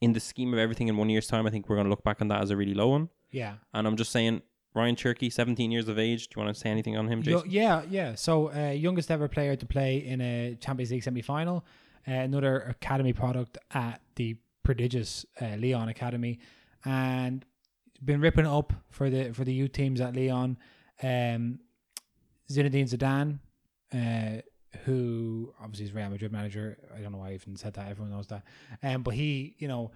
Speaker 2: in the scheme of everything, in one year's time, I think we're going to look back on that as a really low one.
Speaker 1: Yeah,
Speaker 2: And I'm just saying, Ryan Cherky, seventeen years of age. Do you want to say anything on him,
Speaker 1: Yo-
Speaker 2: Jason?
Speaker 1: yeah, yeah. So uh, youngest ever player to play in a Champions League semi final. Uh, another academy product at the prodigious uh, Leon Academy, and been ripping up for the for the U teams at Leon. Um, Zinedine Zidane, uh, who obviously is Real Madrid manager. I don't know why I even said that. Everyone knows that. Um, but he, you know,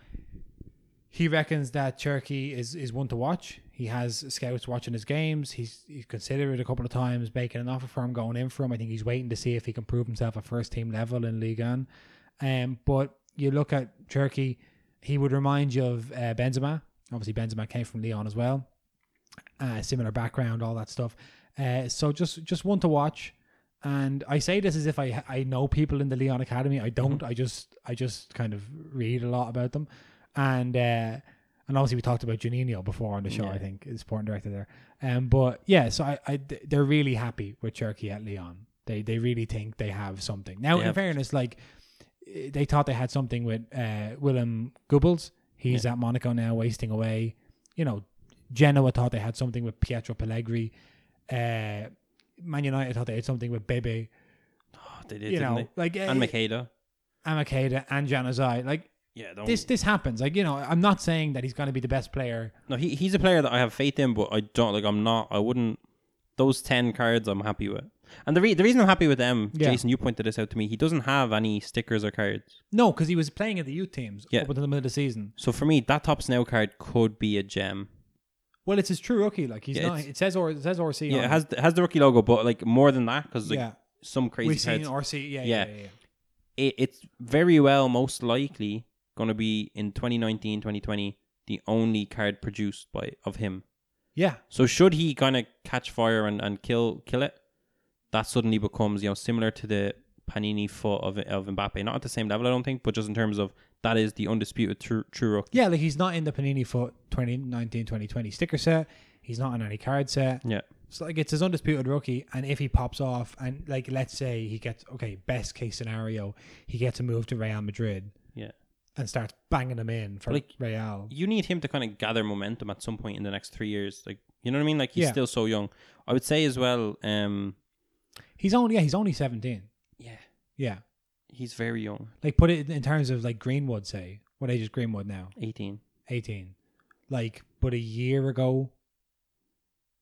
Speaker 1: he reckons that Cherokee is is one to watch. He has scouts watching his games. He's he's considered it a couple of times, making an offer for him, going in for him. I think he's waiting to see if he can prove himself at first team level in Ligue 1. Um, but you look at Cherokee, he would remind you of uh, Benzema. Obviously, Benzema came from Leon as well. Uh, similar background, all that stuff. Uh, so just just one to watch. And I say this as if I I know people in the Leon Academy. I don't. I just I just kind of read a lot about them and uh, and obviously we talked about Janino before on the show.
Speaker 2: Yeah.
Speaker 1: I think is sporting director there. Um, but yeah, so I, I th- they're really happy with Cherokee at Leon. They they really think they have something. Now,
Speaker 2: They
Speaker 1: in
Speaker 2: have-
Speaker 1: fairness, like eh, they thought they had something with uh, Willem Goebbels. He's at Monaco now, wasting away. You know, Genoa thought they had something with Pietro Pellegrini. Uh, Man United thought they had something with Bebe.
Speaker 2: Oh, they did,
Speaker 1: You
Speaker 2: didn't
Speaker 1: know,
Speaker 2: they?
Speaker 1: like eh,
Speaker 2: And Makeda.
Speaker 1: Amakeda and Januzaj. Like
Speaker 2: Yeah, don't,
Speaker 1: this this happens. Like you know, I'm not saying that he's going to be the best player.
Speaker 2: no, he, he's a player that I have faith in, but I don't like. I'm not. I wouldn't. Those ten cards, I'm happy with. And the re- the reason I'm happy with them,
Speaker 1: Yeah.
Speaker 2: Jason, you pointed this out to me. He doesn't have any stickers or cards.
Speaker 1: No, because he was playing at the youth teams
Speaker 2: Yeah.
Speaker 1: up until the middle of the season.
Speaker 2: So for me, that top snow card could be a gem.
Speaker 1: Well, it's his true rookie. Like he's
Speaker 2: Yeah,
Speaker 1: not.
Speaker 2: it's-
Speaker 1: It says or it says RC.
Speaker 2: Yeah,
Speaker 1: on
Speaker 2: it has it has the rookie logo, but like more than that, because like
Speaker 1: yeah.
Speaker 2: some crazy
Speaker 1: We've seen
Speaker 2: cards.
Speaker 1: RC. Yeah, yeah,
Speaker 2: Yeah.
Speaker 1: yeah. yeah,
Speaker 2: it, it's very well, most likely, going to be in 2019, 2020, the only card produced by of him.
Speaker 1: yeah.
Speaker 2: So should he kind of catch fire and, and kill kill it, that suddenly becomes you know similar to the Panini foot of of Mbappe. Not at the same level, I don't think, but just in terms of that is the undisputed true true rookie.
Speaker 1: Yeah, like he's not in the Panini Foot 2019 2020 sticker set. He's not on any card set.
Speaker 2: Yeah.
Speaker 1: So like it's his undisputed rookie, and if he pops off, and like let's say he gets okay, best case scenario, he gets a move to Real Madrid.
Speaker 2: Yeah.
Speaker 1: and starts banging them in for
Speaker 2: Like-
Speaker 1: Real.
Speaker 2: you need him to kind of gather momentum at some point in the next three years. Like you know what I mean? Like he's
Speaker 1: Yeah.
Speaker 2: still so young. I would say as well. Um,
Speaker 1: He's only yeah, he's only seventeen.
Speaker 2: yeah,
Speaker 1: Yeah,
Speaker 2: he's very young,
Speaker 1: like put it in terms of like Greenwood. Say what age is Greenwood now?
Speaker 2: eighteen.
Speaker 1: Eighteen. Like, but a year ago,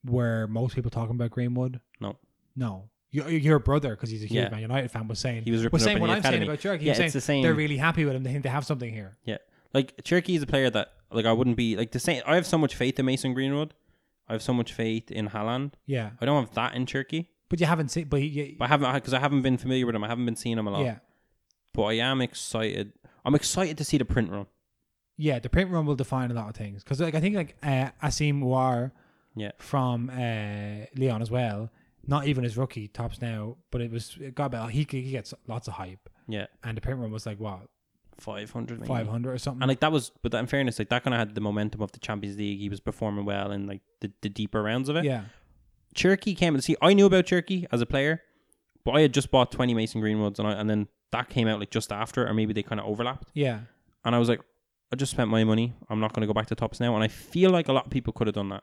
Speaker 1: were most people talking about Greenwood?
Speaker 2: No.
Speaker 1: no. Your, your brother, because he's a huge
Speaker 2: Yeah.
Speaker 1: Man United fan, was saying
Speaker 2: He was ripping
Speaker 1: was
Speaker 2: up
Speaker 1: saying
Speaker 2: in
Speaker 1: what
Speaker 2: the
Speaker 1: I'm
Speaker 2: academy.
Speaker 1: saying about Jurgen. He
Speaker 2: Yeah,
Speaker 1: was saying
Speaker 2: it's the same.
Speaker 1: they're really happy with him. They think they have something here.
Speaker 2: Yeah, like Cherokee is a player that like I wouldn't be like the same. I have so much faith in Mason Greenwood. I have so much faith in Haaland.
Speaker 1: Yeah,
Speaker 2: I don't have that in Cherokee.
Speaker 1: but you haven't seen. But he,
Speaker 2: But I haven't because I haven't been familiar with him. I haven't been seeing him a lot.
Speaker 1: yeah,
Speaker 2: But I am excited. I'm excited to see the print run.
Speaker 1: yeah. The print run will define a lot of things because, like, I think like uh, Asim War,
Speaker 2: Yeah.
Speaker 1: from uh, Leon as well. Not even his rookie tops now, but it was it got about he he gets lots of hype,
Speaker 2: Yeah,
Speaker 1: and the print run was like what
Speaker 2: five hundred.
Speaker 1: five hundred or something.
Speaker 2: And like that was, but that, in fairness, like that kind of had the momentum of the Champions League. He was performing well in like the, the deeper rounds of it.
Speaker 1: yeah,
Speaker 2: Cherokee came and see. I knew about Cherokee as a player, but I had just bought twenty Mason Greenwoods, and I, and then that came out like just after, or maybe they kind of overlapped.
Speaker 1: yeah,
Speaker 2: And I was like, I just spent my money. I'm not going to go back to tops now. And I feel like a lot of people could have done that.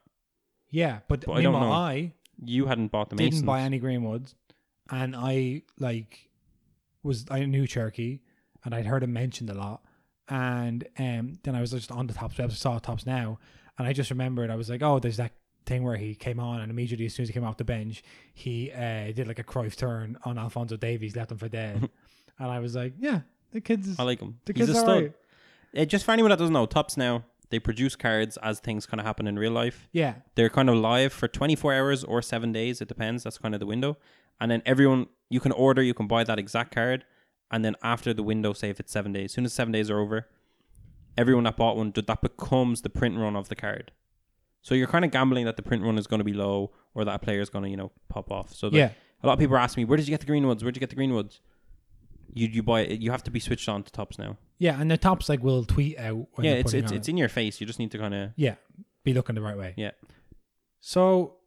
Speaker 1: yeah. But,
Speaker 2: But I don't
Speaker 1: meanwhile,
Speaker 2: know.
Speaker 1: I,
Speaker 2: You hadn't bought the
Speaker 1: didn't
Speaker 2: Masons.
Speaker 1: buy any Greenwoods, and I like was I knew Cherokee, and I'd heard him mentioned a lot, and um then I was just on the Tops website, saw Tops now, and I just remembered I was like, oh, there's that thing where he came on, and immediately as soon as he came off the bench, he uh, did like a Cruyff turn on Alfonso Davies, left him for
Speaker 2: *laughs*
Speaker 1: dead, and I was like, yeah, the kids, is,
Speaker 2: I like him.
Speaker 1: the
Speaker 2: He's
Speaker 1: kids
Speaker 2: a
Speaker 1: are
Speaker 2: stud.
Speaker 1: right.
Speaker 2: Uh, just for anyone that doesn't know, tops now they produce cards as things kind of happen in real life.
Speaker 1: yeah,
Speaker 2: they're kind of live for 24 hours or seven days it depends that's kind of the window and then everyone you can order you can buy that exact card and then after the window say if it's seven days as soon as seven days are over everyone that bought one that becomes the print run of the card so you're kind of gambling that the print run is going to be low or that a player is going to you know pop off so like,
Speaker 1: Yeah.
Speaker 2: a lot of people are asking me where did you get the green ones where did you get the green ones you, you buy it you have to be switched on to tops now
Speaker 1: yeah, and the Tops like will tweet out. When
Speaker 2: yeah
Speaker 1: they're
Speaker 2: it's
Speaker 1: putting
Speaker 2: it's,
Speaker 1: on
Speaker 2: it's
Speaker 1: it.
Speaker 2: in your face you just need to kind of
Speaker 1: yeah, be looking the right way.
Speaker 2: yeah
Speaker 1: So,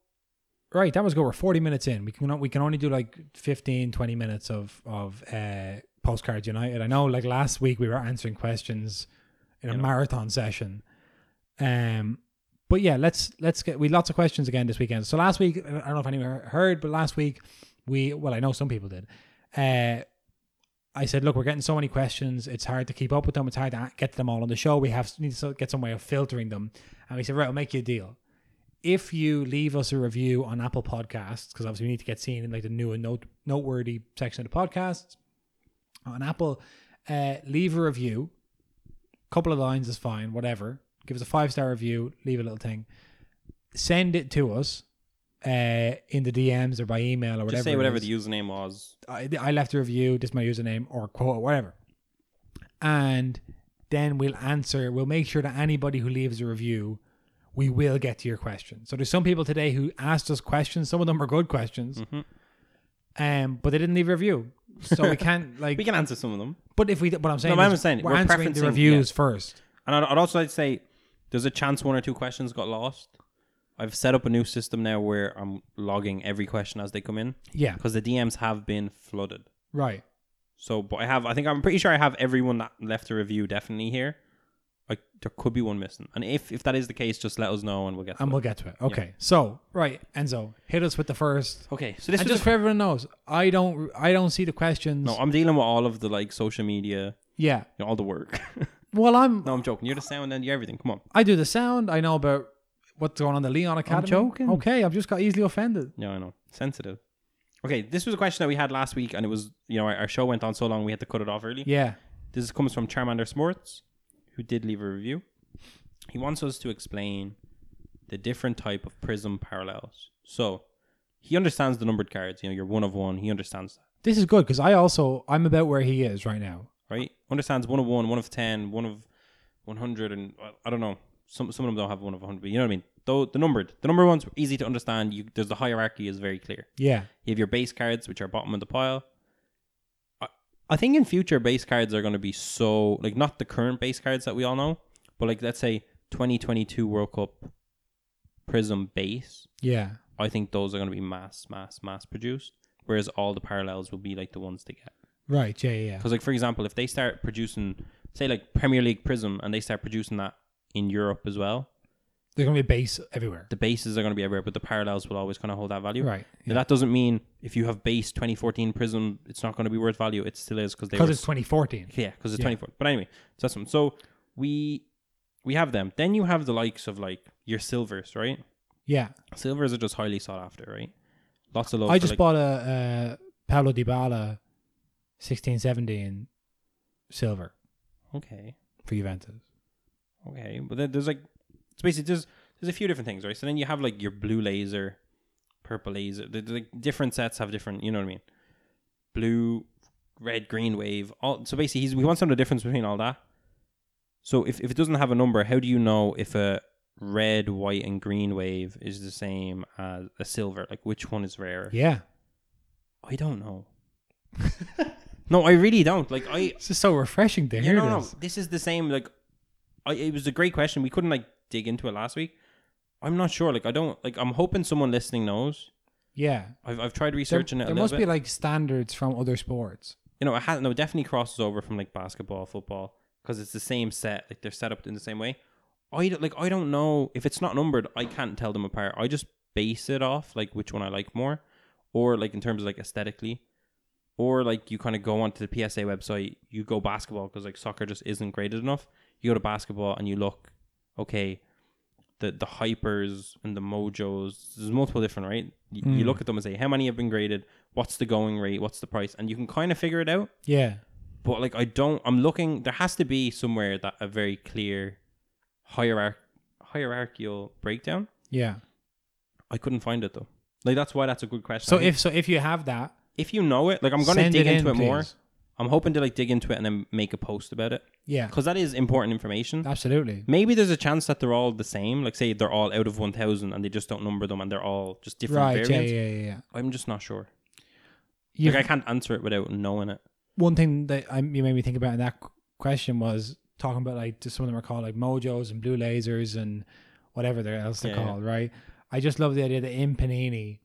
Speaker 1: right, that was good. We're 40 minutes in. We can we can only do like 15, 20 minutes of of uh, postcards United. I know, like last week we were answering questions in a
Speaker 2: You know.
Speaker 1: marathon session. Um, but yeah, let's let's get we lots of questions again this weekend. So last week, I don't know if anyone heard, but last week we well, I know some people did. Uh, I said, look, we're getting so many questions. It's hard to keep up with them. It's hard to a- get to them all on the show. We have need to get some way of filtering them. And we said, right, I'll make you a deal. If you leave us a review on Apple Podcasts, because obviously we need to get seen in like the new and note- noteworthy section of the podcasts on Apple, uh, leave a review. Couple of lines is fine, whatever. Give us a five star review. Leave a little thing. Send it to us uh, in the DMs or by email or whatever.
Speaker 2: just
Speaker 1: it
Speaker 2: say whatever
Speaker 1: is.
Speaker 2: the username was
Speaker 1: I, I left a review, this is my username or quote, or whatever. And then we'll answer, we'll make sure that anybody who leaves a review, we will get to your question. So there's some people today who asked us questions. Some of them are good questions.
Speaker 2: Mm-hmm.
Speaker 1: Um, but they didn't leave a review. So we can't
Speaker 2: *laughs*
Speaker 1: like
Speaker 2: we can answer some of them
Speaker 1: but if we what I'm saying,
Speaker 2: No, I'm
Speaker 1: is
Speaker 2: saying
Speaker 1: we're,
Speaker 2: we're
Speaker 1: answering
Speaker 2: preferencing-
Speaker 1: the reviews first.
Speaker 2: And I'd, I'd also like to say there's a chance one or two questions got lost. I've set up a new system now where I'm logging every question as they come in
Speaker 1: Yeah.
Speaker 2: because the DMs have been flooded.
Speaker 1: Right.
Speaker 2: So, but I have, I think I'm pretty sure I have everyone that left a review definitely here. Like there could be one missing, and if if that is the case, just let us know and we'll get. To
Speaker 1: And
Speaker 2: it.
Speaker 1: we'll get to it. Okay. So, right, Enzo, hit us with the first.
Speaker 2: Okay, so this
Speaker 1: And
Speaker 2: is
Speaker 1: just
Speaker 2: just
Speaker 1: for everyone knows, I don't I don't see the questions.
Speaker 2: no. *laughs* I'm dealing with all of the like social media,
Speaker 1: Yeah.
Speaker 2: you know, all the work. *laughs*
Speaker 1: Well, I'm
Speaker 2: no, I'm joking. You're the sound and you're everything. Come on.
Speaker 1: I do the sound. I know about what's going on in the Leon Academy.
Speaker 2: joking.
Speaker 1: Okay, I've just got easily offended.
Speaker 2: Yeah, I know. Sensitive. Okay, this was a question that we had last week, and it was you know our, our show went on so long we had to cut it off early.
Speaker 1: Yeah.
Speaker 2: This comes from Charmander Smorts, who did leave a review. He wants us to explain the different type of prism parallels. So he understands the numbered cards. You know, you're one of one. He understands that,
Speaker 1: This is good because I also I'm about where he is right now.
Speaker 2: right? Understands one of one, one of ten, one of one hundred, and I- I don't know. Some some of them don't have one of hundred, but you know what I mean. Though the numbered, the numbered ones were easy to understand. You there's the hierarchy is very clear.
Speaker 1: Yeah.
Speaker 2: You have your base cards, which are bottom of the pile. I, I think in future base cards are going to be so like not the current base cards that we all know, but like let's say 2022 World Cup Prism base.
Speaker 1: Yeah.
Speaker 2: I think those are going to be mass, mass, mass produced. Whereas all the parallels will be like the ones they get.
Speaker 1: Right. Yeah. Yeah. yeah.
Speaker 2: Because like for example, if they start producing say like Premier League Prism, and they start producing that in Europe as well.
Speaker 1: There's going to be a base everywhere.
Speaker 2: The bases are going to be everywhere, but the parallels will always kind of hold that value.
Speaker 1: Right.
Speaker 2: Now, that doesn't mean if you have base 2014 Prism, it's not going to be worth value. It still is because they
Speaker 1: Because
Speaker 2: were
Speaker 1: it's 2014.
Speaker 2: yeah, because it's
Speaker 1: Yeah.
Speaker 2: twenty four. But anyway, so that's one. So we we have them. Then you have the likes of like your silvers, right?
Speaker 1: Yeah.
Speaker 2: Silvers are just highly sought after, right? Lots of love.
Speaker 1: I
Speaker 2: for,
Speaker 1: just
Speaker 2: Oh, like,
Speaker 1: bought a, a Paulo Dybala 1670 in silver
Speaker 2: okay,
Speaker 1: for Juventus.
Speaker 2: okay. But then there's like it's basically there's there's a few different things, right? So then you have like your blue laser, purple laser. The, the like, different sets have different. You know what I mean? Blue, red, green wave. All so basically, he's, we want to know the difference between all that. So if if it doesn't have a number, how do you know if a red, white, and green wave is the same as a silver? Like which one is rarer?
Speaker 1: Yeah.
Speaker 2: I don't know. *laughs* no, I really don't. Like I
Speaker 1: This is so refreshing to
Speaker 2: yeah,
Speaker 1: hear
Speaker 2: no, no.
Speaker 1: this.
Speaker 2: This is the same. Like, I, it was a great question. We couldn't like dig into it last week. I'm not sure. Like, I don't like. I'm hoping someone listening knows.
Speaker 1: Yeah.
Speaker 2: I've, I've tried
Speaker 1: There,
Speaker 2: researching it.
Speaker 1: there
Speaker 2: a
Speaker 1: must
Speaker 2: little
Speaker 1: be
Speaker 2: bit.
Speaker 1: like standards from other sports.
Speaker 2: you know, it has no it definitely crosses over from like basketball, football, because it's the same set. Like they're set up in the same way. I don't- like. I don't know if it's not numbered. I can't tell them apart. I just base it off like which one I like more, or like in terms of like aesthetically. Or like you kind of go onto the PSA website, you go basketball because like soccer just isn't graded enough. You go to basketball and you look, okay, the the hypers and the mojos. There's multiple different, right? You,
Speaker 1: Mm.
Speaker 2: you look at them and say, how many have been graded? What's the going rate? What's the price? And you can kind of figure it out
Speaker 1: Yeah.
Speaker 2: but like I don't I'm looking there has to be somewhere that a very clear hierarch hierarchical breakdown.
Speaker 1: Yeah.
Speaker 2: I couldn't find it though. Like that's why that's a good question.
Speaker 1: So
Speaker 2: I think
Speaker 1: if so if you have that,
Speaker 2: if you know it, like I'm gonna
Speaker 1: send
Speaker 2: dig
Speaker 1: it
Speaker 2: into
Speaker 1: in,
Speaker 2: it more.
Speaker 1: please.
Speaker 2: I'm hoping to like dig into it and then make a post about it
Speaker 1: Yeah.
Speaker 2: because that is important information.
Speaker 1: Absolutely.
Speaker 2: Maybe there's a chance that they're all the same. Like say they're all out of one thousand and they just don't number them and they're all just different
Speaker 1: Right. Yeah,
Speaker 2: variants.
Speaker 1: yeah, yeah, yeah.
Speaker 2: I'm just not sure.
Speaker 1: You've-
Speaker 2: Like I can't answer it without knowing it.
Speaker 1: one thing that I, you made me think about in that qu- question was talking about like just some of them are called like mojos and blue lasers and whatever they're else they're
Speaker 2: Yeah, yeah.
Speaker 1: called, right? I just love the idea that in Panini,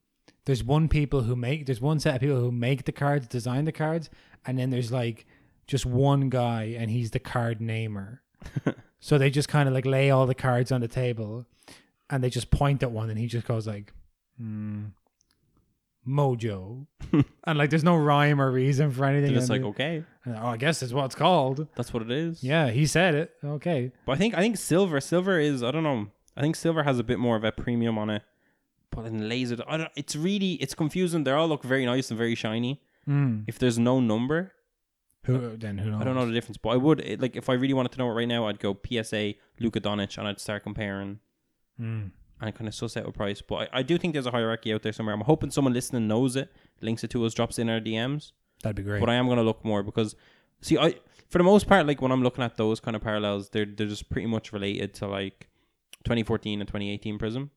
Speaker 1: there's one people who make there's one set of people who make the cards, design the cards, and then there's like just one guy and he's the card
Speaker 2: *laughs*
Speaker 1: namer. so they just kind of like lay all the cards on the table and they just point at one and he just goes like hmm,
Speaker 2: *laughs*
Speaker 1: mojo and like there's no rhyme or reason for anything
Speaker 2: And it's
Speaker 1: and
Speaker 2: like
Speaker 1: they-
Speaker 2: okay,
Speaker 1: and, oh, I guess that's what it's called.
Speaker 2: that's what it is.
Speaker 1: Yeah, he said it. Okay.
Speaker 2: But I think I think silver silver is I don't know. I think silver has a bit more of a premium on it. But in laser, I don't, it's really it's confusing. They all look very nice and very shiny.
Speaker 1: Mm.
Speaker 2: If there's no number,
Speaker 1: Who then? Who knows?
Speaker 2: I don't know the difference. But I would it, like if I really wanted to know it right now, I'd go PSA Luka Doncic and I'd start comparing
Speaker 1: Mm.
Speaker 2: and kind of suss out a price. But I, I do think there's a hierarchy out there somewhere. I'm hoping someone listening knows it, links it to us, drops it in our DMs.
Speaker 1: That'd be great.
Speaker 2: But I am gonna look more because see I for the most part like when I'm looking at those kind of parallels, they're they're just pretty much related to like 2014 and 2018 Prism,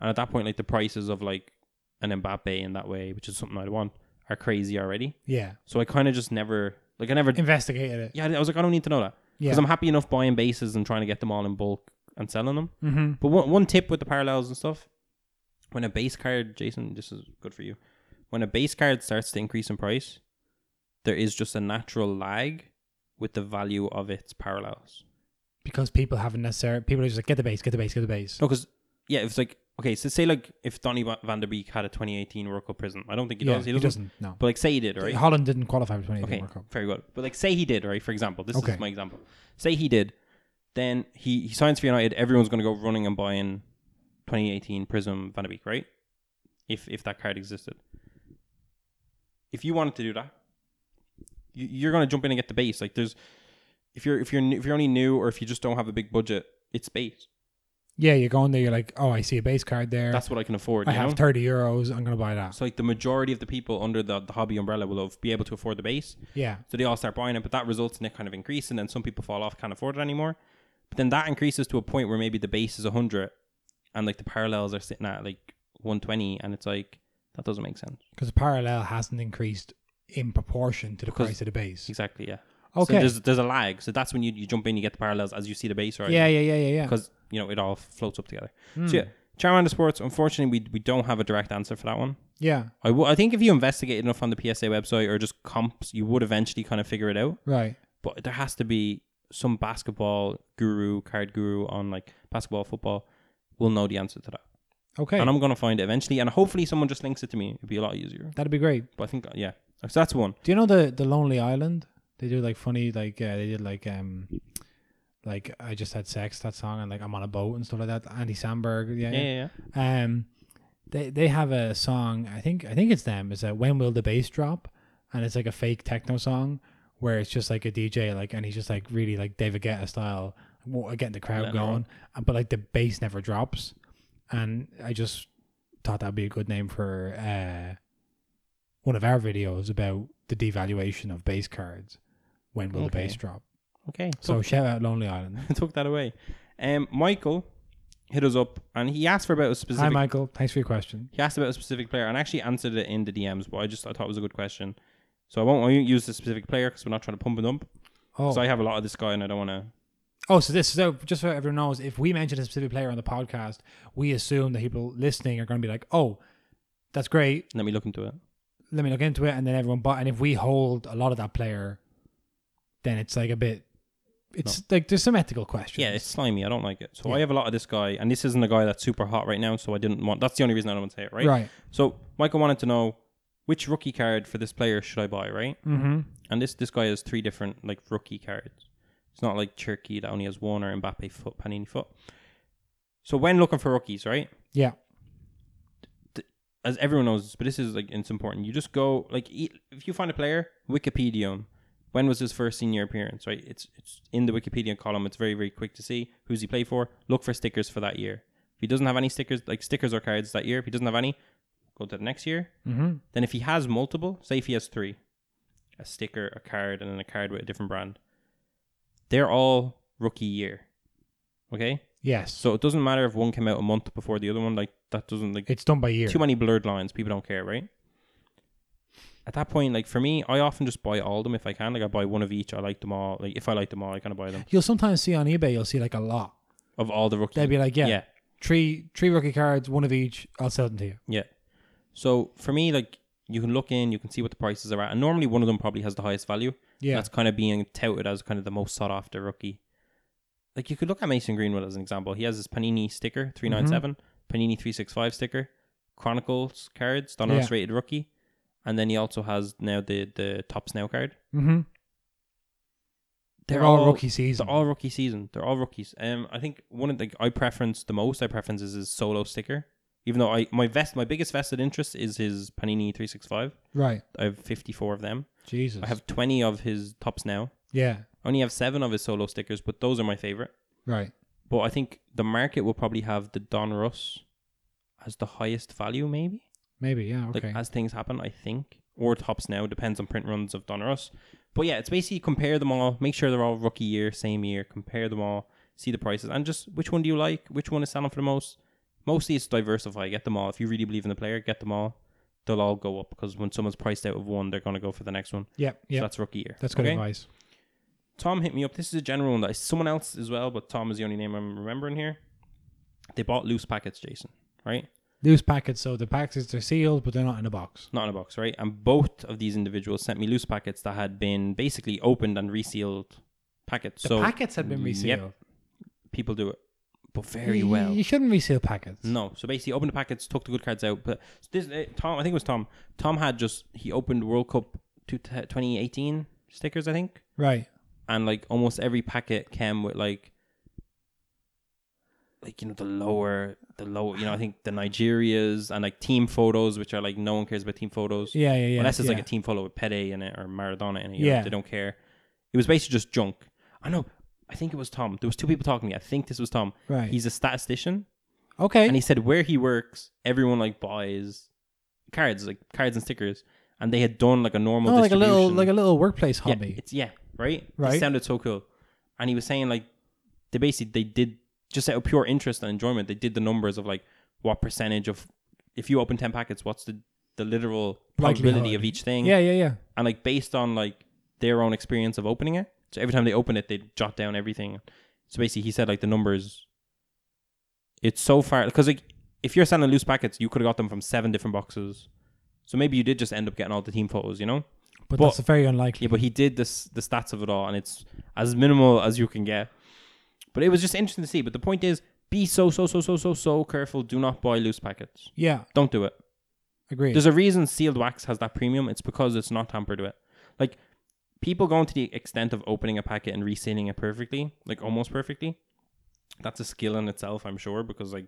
Speaker 2: and at that point like the prices of like an Mbappe in that way, which is something I'd want, are crazy already.
Speaker 1: yeah,
Speaker 2: So I kind of just never like I never
Speaker 1: investigated it.
Speaker 2: yeah I was like I don't need to know that
Speaker 1: Yeah.
Speaker 2: because I'm happy enough buying bases and trying to get them all in bulk and selling them.
Speaker 1: mm-hmm.
Speaker 2: But one, one tip with the parallels and stuff, when a base card, Jason, this is good for you. When a base card starts to increase in price, there is just a natural lag with the value of its parallels.
Speaker 1: Because people haven't necessarily. People are just like, get the base, get the base, get the base.
Speaker 2: No, because yeah, if it's like okay, so say like if Donny Va- Van der Beek had a 2018 World Cup prism, I don't think he
Speaker 1: yeah,
Speaker 2: does. He doesn't.
Speaker 1: No.
Speaker 2: But like say he did, right?
Speaker 1: Holland didn't qualify for 2018
Speaker 2: Okay,
Speaker 1: World Cup.
Speaker 2: very good. But like, say he did, right? For example, this
Speaker 1: Okay.
Speaker 2: is my example. Say he did, then he, he signs for United. Everyone's going to go running and buying 2018 Prism Van de Beek, right? If if that card existed, if you wanted to do that, you, you're going to jump in and get the base. Like, there's if you're if you're new- if you're only new or if you just don't have a big budget, it's base.
Speaker 1: Yeah, you're going there. You're like, oh, I see a base card there.
Speaker 2: That's what I can afford.
Speaker 1: I
Speaker 2: you
Speaker 1: have
Speaker 2: know?
Speaker 1: 30 euros. I'm gonna buy that.
Speaker 2: so like the majority of the people under the, the hobby umbrella will have, be able to afford the base.
Speaker 1: Yeah.
Speaker 2: So they all start buying it, but that results in it kind of increase, and then some people fall off, can't afford it anymore. But then that increases to a point where maybe the base is 100 and like the parallels are sitting at like 120, and it's like, that doesn't make sense.
Speaker 1: Because the parallel hasn't increased in proportion to the
Speaker 2: Because-
Speaker 1: price of the base.
Speaker 2: Exactly, yeah. So
Speaker 1: Okay.
Speaker 2: there's, there's a lag. So that's when you, you jump in, you get the parallels as you see the base, right?
Speaker 1: yeah, yeah, yeah, yeah, yeah.
Speaker 2: Because, you know, it all floats up together.
Speaker 1: Mm.
Speaker 2: So yeah, Charmander Sports, unfortunately, we, we don't have a direct answer for that one.
Speaker 1: Yeah.
Speaker 2: I wo- I think if you investigate enough on the PSA website or just comps, you would eventually kind of figure it out.
Speaker 1: Right.
Speaker 2: But there has to be some basketball guru, card guru on like basketball, football, will know the answer to that.
Speaker 1: Okay.
Speaker 2: And I'm gonna find it eventually, and hopefully someone just links it to me. It'd be a lot easier.
Speaker 1: That'd be great.
Speaker 2: But I think uh, yeah, so that's one.
Speaker 1: Do you know the the Lonely Island? They do like funny like uh, they did like um like I just had sex that song and like I'm on a boat and stuff like that. Andy Samberg, yeah,
Speaker 2: Yeah, yeah,
Speaker 1: yeah.
Speaker 2: yeah.
Speaker 1: Um, they they have a song. I think I think it's them. Is that when will the bass drop? And it's like a fake techno song where it's just like a DJ like and he's just like really like David Guetta style, wa- getting the crowd
Speaker 2: Letting it
Speaker 1: going. And, but like the bass never drops. And I just thought that'd be a good name for uh one of our videos about the devaluation of base cards. When will the
Speaker 2: Okay.
Speaker 1: bass drop?
Speaker 2: Okay. *laughs*
Speaker 1: So shout out Lonely Island.
Speaker 2: took that away. Um, Michael hit us up and he asked for about a
Speaker 1: Hi
Speaker 2: *laughs* specific.
Speaker 1: Michael, thanks for your question.
Speaker 2: he asked about a specific player and I actually answered it in the DMs, but I just I thought it was a good question. So I won't, I won't use the specific player because we're not trying to pump and dump.
Speaker 1: Oh,
Speaker 2: So I have a lot of this guy and I don't want to.
Speaker 1: Oh, so this so just so everyone knows, if we mention a specific player on the podcast, we assume that people listening are going to be like, "Oh, that's great.
Speaker 2: Let me look into it.
Speaker 1: Let me look into it," and then everyone bought. And if we hold a lot of that player, then it's like a bit. It's like there's some ethical questions.
Speaker 2: Yeah, it's slimy. I don't like it. So
Speaker 1: Yeah.
Speaker 2: I have a lot of this guy, and this isn't a guy that's super hot right now. So I didn't want. That's the only reason I don't want to say it, right?
Speaker 1: right.
Speaker 2: So Michael wanted to know which rookie card for this player should I buy, right?
Speaker 1: Mm-hmm.
Speaker 2: And this this guy has three different like rookie cards. It's not like Cherky that only has one or Mbappe foot, Panini foot. So when looking for rookies, right?
Speaker 1: Yeah.
Speaker 2: As everyone knows, this, but this is like it's important. You just go like e- if you find a player, Wikipedia. 'em. When was his first senior appearance? Right, it's it's in the Wikipedia column. It's very very quick to see who's he played for. Look for stickers for that year. If he doesn't have any stickers, like stickers or cards that year, if he doesn't have any, go to the next year.
Speaker 1: Mm-hmm.
Speaker 2: Then if he has multiple, say if he has three, a sticker, a card, and then a card with a different brand, they're all rookie year. Okay,
Speaker 1: Yes.
Speaker 2: so it doesn't matter if one came out a month before the other one. Like that doesn't like
Speaker 1: it's done by year.
Speaker 2: too many blurred lines. People don't care, right? At that point, like for me, I often just buy all of them if I can. Like I buy one of each. I like them all. Like if I like them all, I kind of buy them
Speaker 1: You'll sometimes see on eBay, you'll see like a lot.
Speaker 2: of all the rookies.
Speaker 1: They'll be like, "Yeah,
Speaker 2: yeah.
Speaker 1: three three rookie cards, one of each. I'll sell them to you."
Speaker 2: Yeah. So for me, like you can look in, you can see what the prices are at, and normally one of them probably has the highest value.
Speaker 1: Yeah.
Speaker 2: That's kind of being touted as kind of the most sought after rookie. Like you could look at Mason Greenwood as an example. He has his Panini
Speaker 1: Mm-hmm.
Speaker 2: sticker, three Panini three six five sticker, Chronicles cards, the
Speaker 1: Yeah.
Speaker 2: highest rated rookie, and then he also has now the the tops now card.
Speaker 1: Mm-hmm. They're, all, rookie season.
Speaker 2: They're all rookie season. They're all rookies. Um, I think one of the I preference the most. I preference is his solo sticker. Even though I my vest my biggest vested interest is his Panini three six five.
Speaker 1: right.
Speaker 2: I have fifty four of them.
Speaker 1: Jesus.
Speaker 2: I have twenty of his tops now.
Speaker 1: yeah.
Speaker 2: I only have seven of his solo stickers, but those are my favorite.
Speaker 1: Right.
Speaker 2: But I think the market will probably have the Don Russ as the highest value, maybe.
Speaker 1: Maybe. Yeah. Okay.
Speaker 2: Like as things happen, I think. Or tops now, depends on print runs of Don Russ. But yeah, it's basically compare them all, make sure they're all rookie year, same year, compare them all, see the prices, and just which one do you like, which one is selling for the most. Mostly it's diversify, get them all. If you really believe in the player, get them all. They'll all go up because when someone's priced out of one, they're going to go for the next one.
Speaker 1: Yep,
Speaker 2: So
Speaker 1: yep.
Speaker 2: that's rookie year.
Speaker 1: that's good
Speaker 2: Okay?
Speaker 1: advice.
Speaker 2: Tom hit me up. This is a general one that is someone else as well, but Tom is the only name I'm remembering here. They bought loose packets, Jason, right?
Speaker 1: Loose packets, so the packets are sealed, but they're not in a box.
Speaker 2: Not in a box, right? And both of these individuals sent me loose packets that had been basically opened and resealed packets.
Speaker 1: The
Speaker 2: so
Speaker 1: packets had been
Speaker 2: Yep.
Speaker 1: resealed
Speaker 2: people do it, but very
Speaker 1: You-
Speaker 2: well. Mm.
Speaker 1: You shouldn't reseal packets.
Speaker 2: No, so basically opened the packets, took the good cards out. But this uh, Tom, I think it was Tom. Tom had just he opened World Cup two- 2018 stickers, I think,
Speaker 1: Right.
Speaker 2: and like almost every packet came with like like you know the lower the lower you know i think the nigerias and like team photos which are like no one cares about team photos
Speaker 1: Yeah, yeah, yeah.
Speaker 2: unless it's
Speaker 1: yeah.
Speaker 2: like a team photo with Pele in it or maradona in it you
Speaker 1: Yeah.
Speaker 2: know, they don't care it was basically just junk i know i think it was tom there was two people talking to me i think this was tom
Speaker 1: Right.
Speaker 2: he's a statistician
Speaker 1: okay.
Speaker 2: and he said where he works everyone like buys cards like cards and stickers and they had done like a normal
Speaker 1: no, Oh, like a little,
Speaker 2: distribution.
Speaker 1: like a little workplace
Speaker 2: Yeah,
Speaker 1: hobby.
Speaker 2: it's yeah, right.
Speaker 1: Right.
Speaker 2: It sounded so cool, and he was saying like they basically they did just out of pure interest and enjoyment. They did the numbers of like what percentage of if you open ten packets, what's the the literal probability
Speaker 1: Likelihood.
Speaker 2: of each thing,
Speaker 1: yeah, yeah, yeah.
Speaker 2: and like based on like their own experience of opening it. So every time they open it, they jot down everything. So basically, he said like the numbers. It's so far because like if you're selling loose packets, you could have got them from seven different boxes. So maybe you did just end up getting all the team photos, you know.
Speaker 1: but,
Speaker 2: But-
Speaker 1: that's very unlikely.
Speaker 2: Yeah, but he did this the stats of it all, and it's as minimal as you can get. But it was just interesting to see. But the point is, be so so so so so so careful. Do not buy loose packets.
Speaker 1: Yeah,
Speaker 2: Don't do it.
Speaker 1: agreed.
Speaker 2: There's a reason sealed wax has that premium. It's because it's not tampered with. Like people going to the extent of opening a packet and resealing it perfectly, like almost perfectly. That's a skill in itself, I'm sure, because like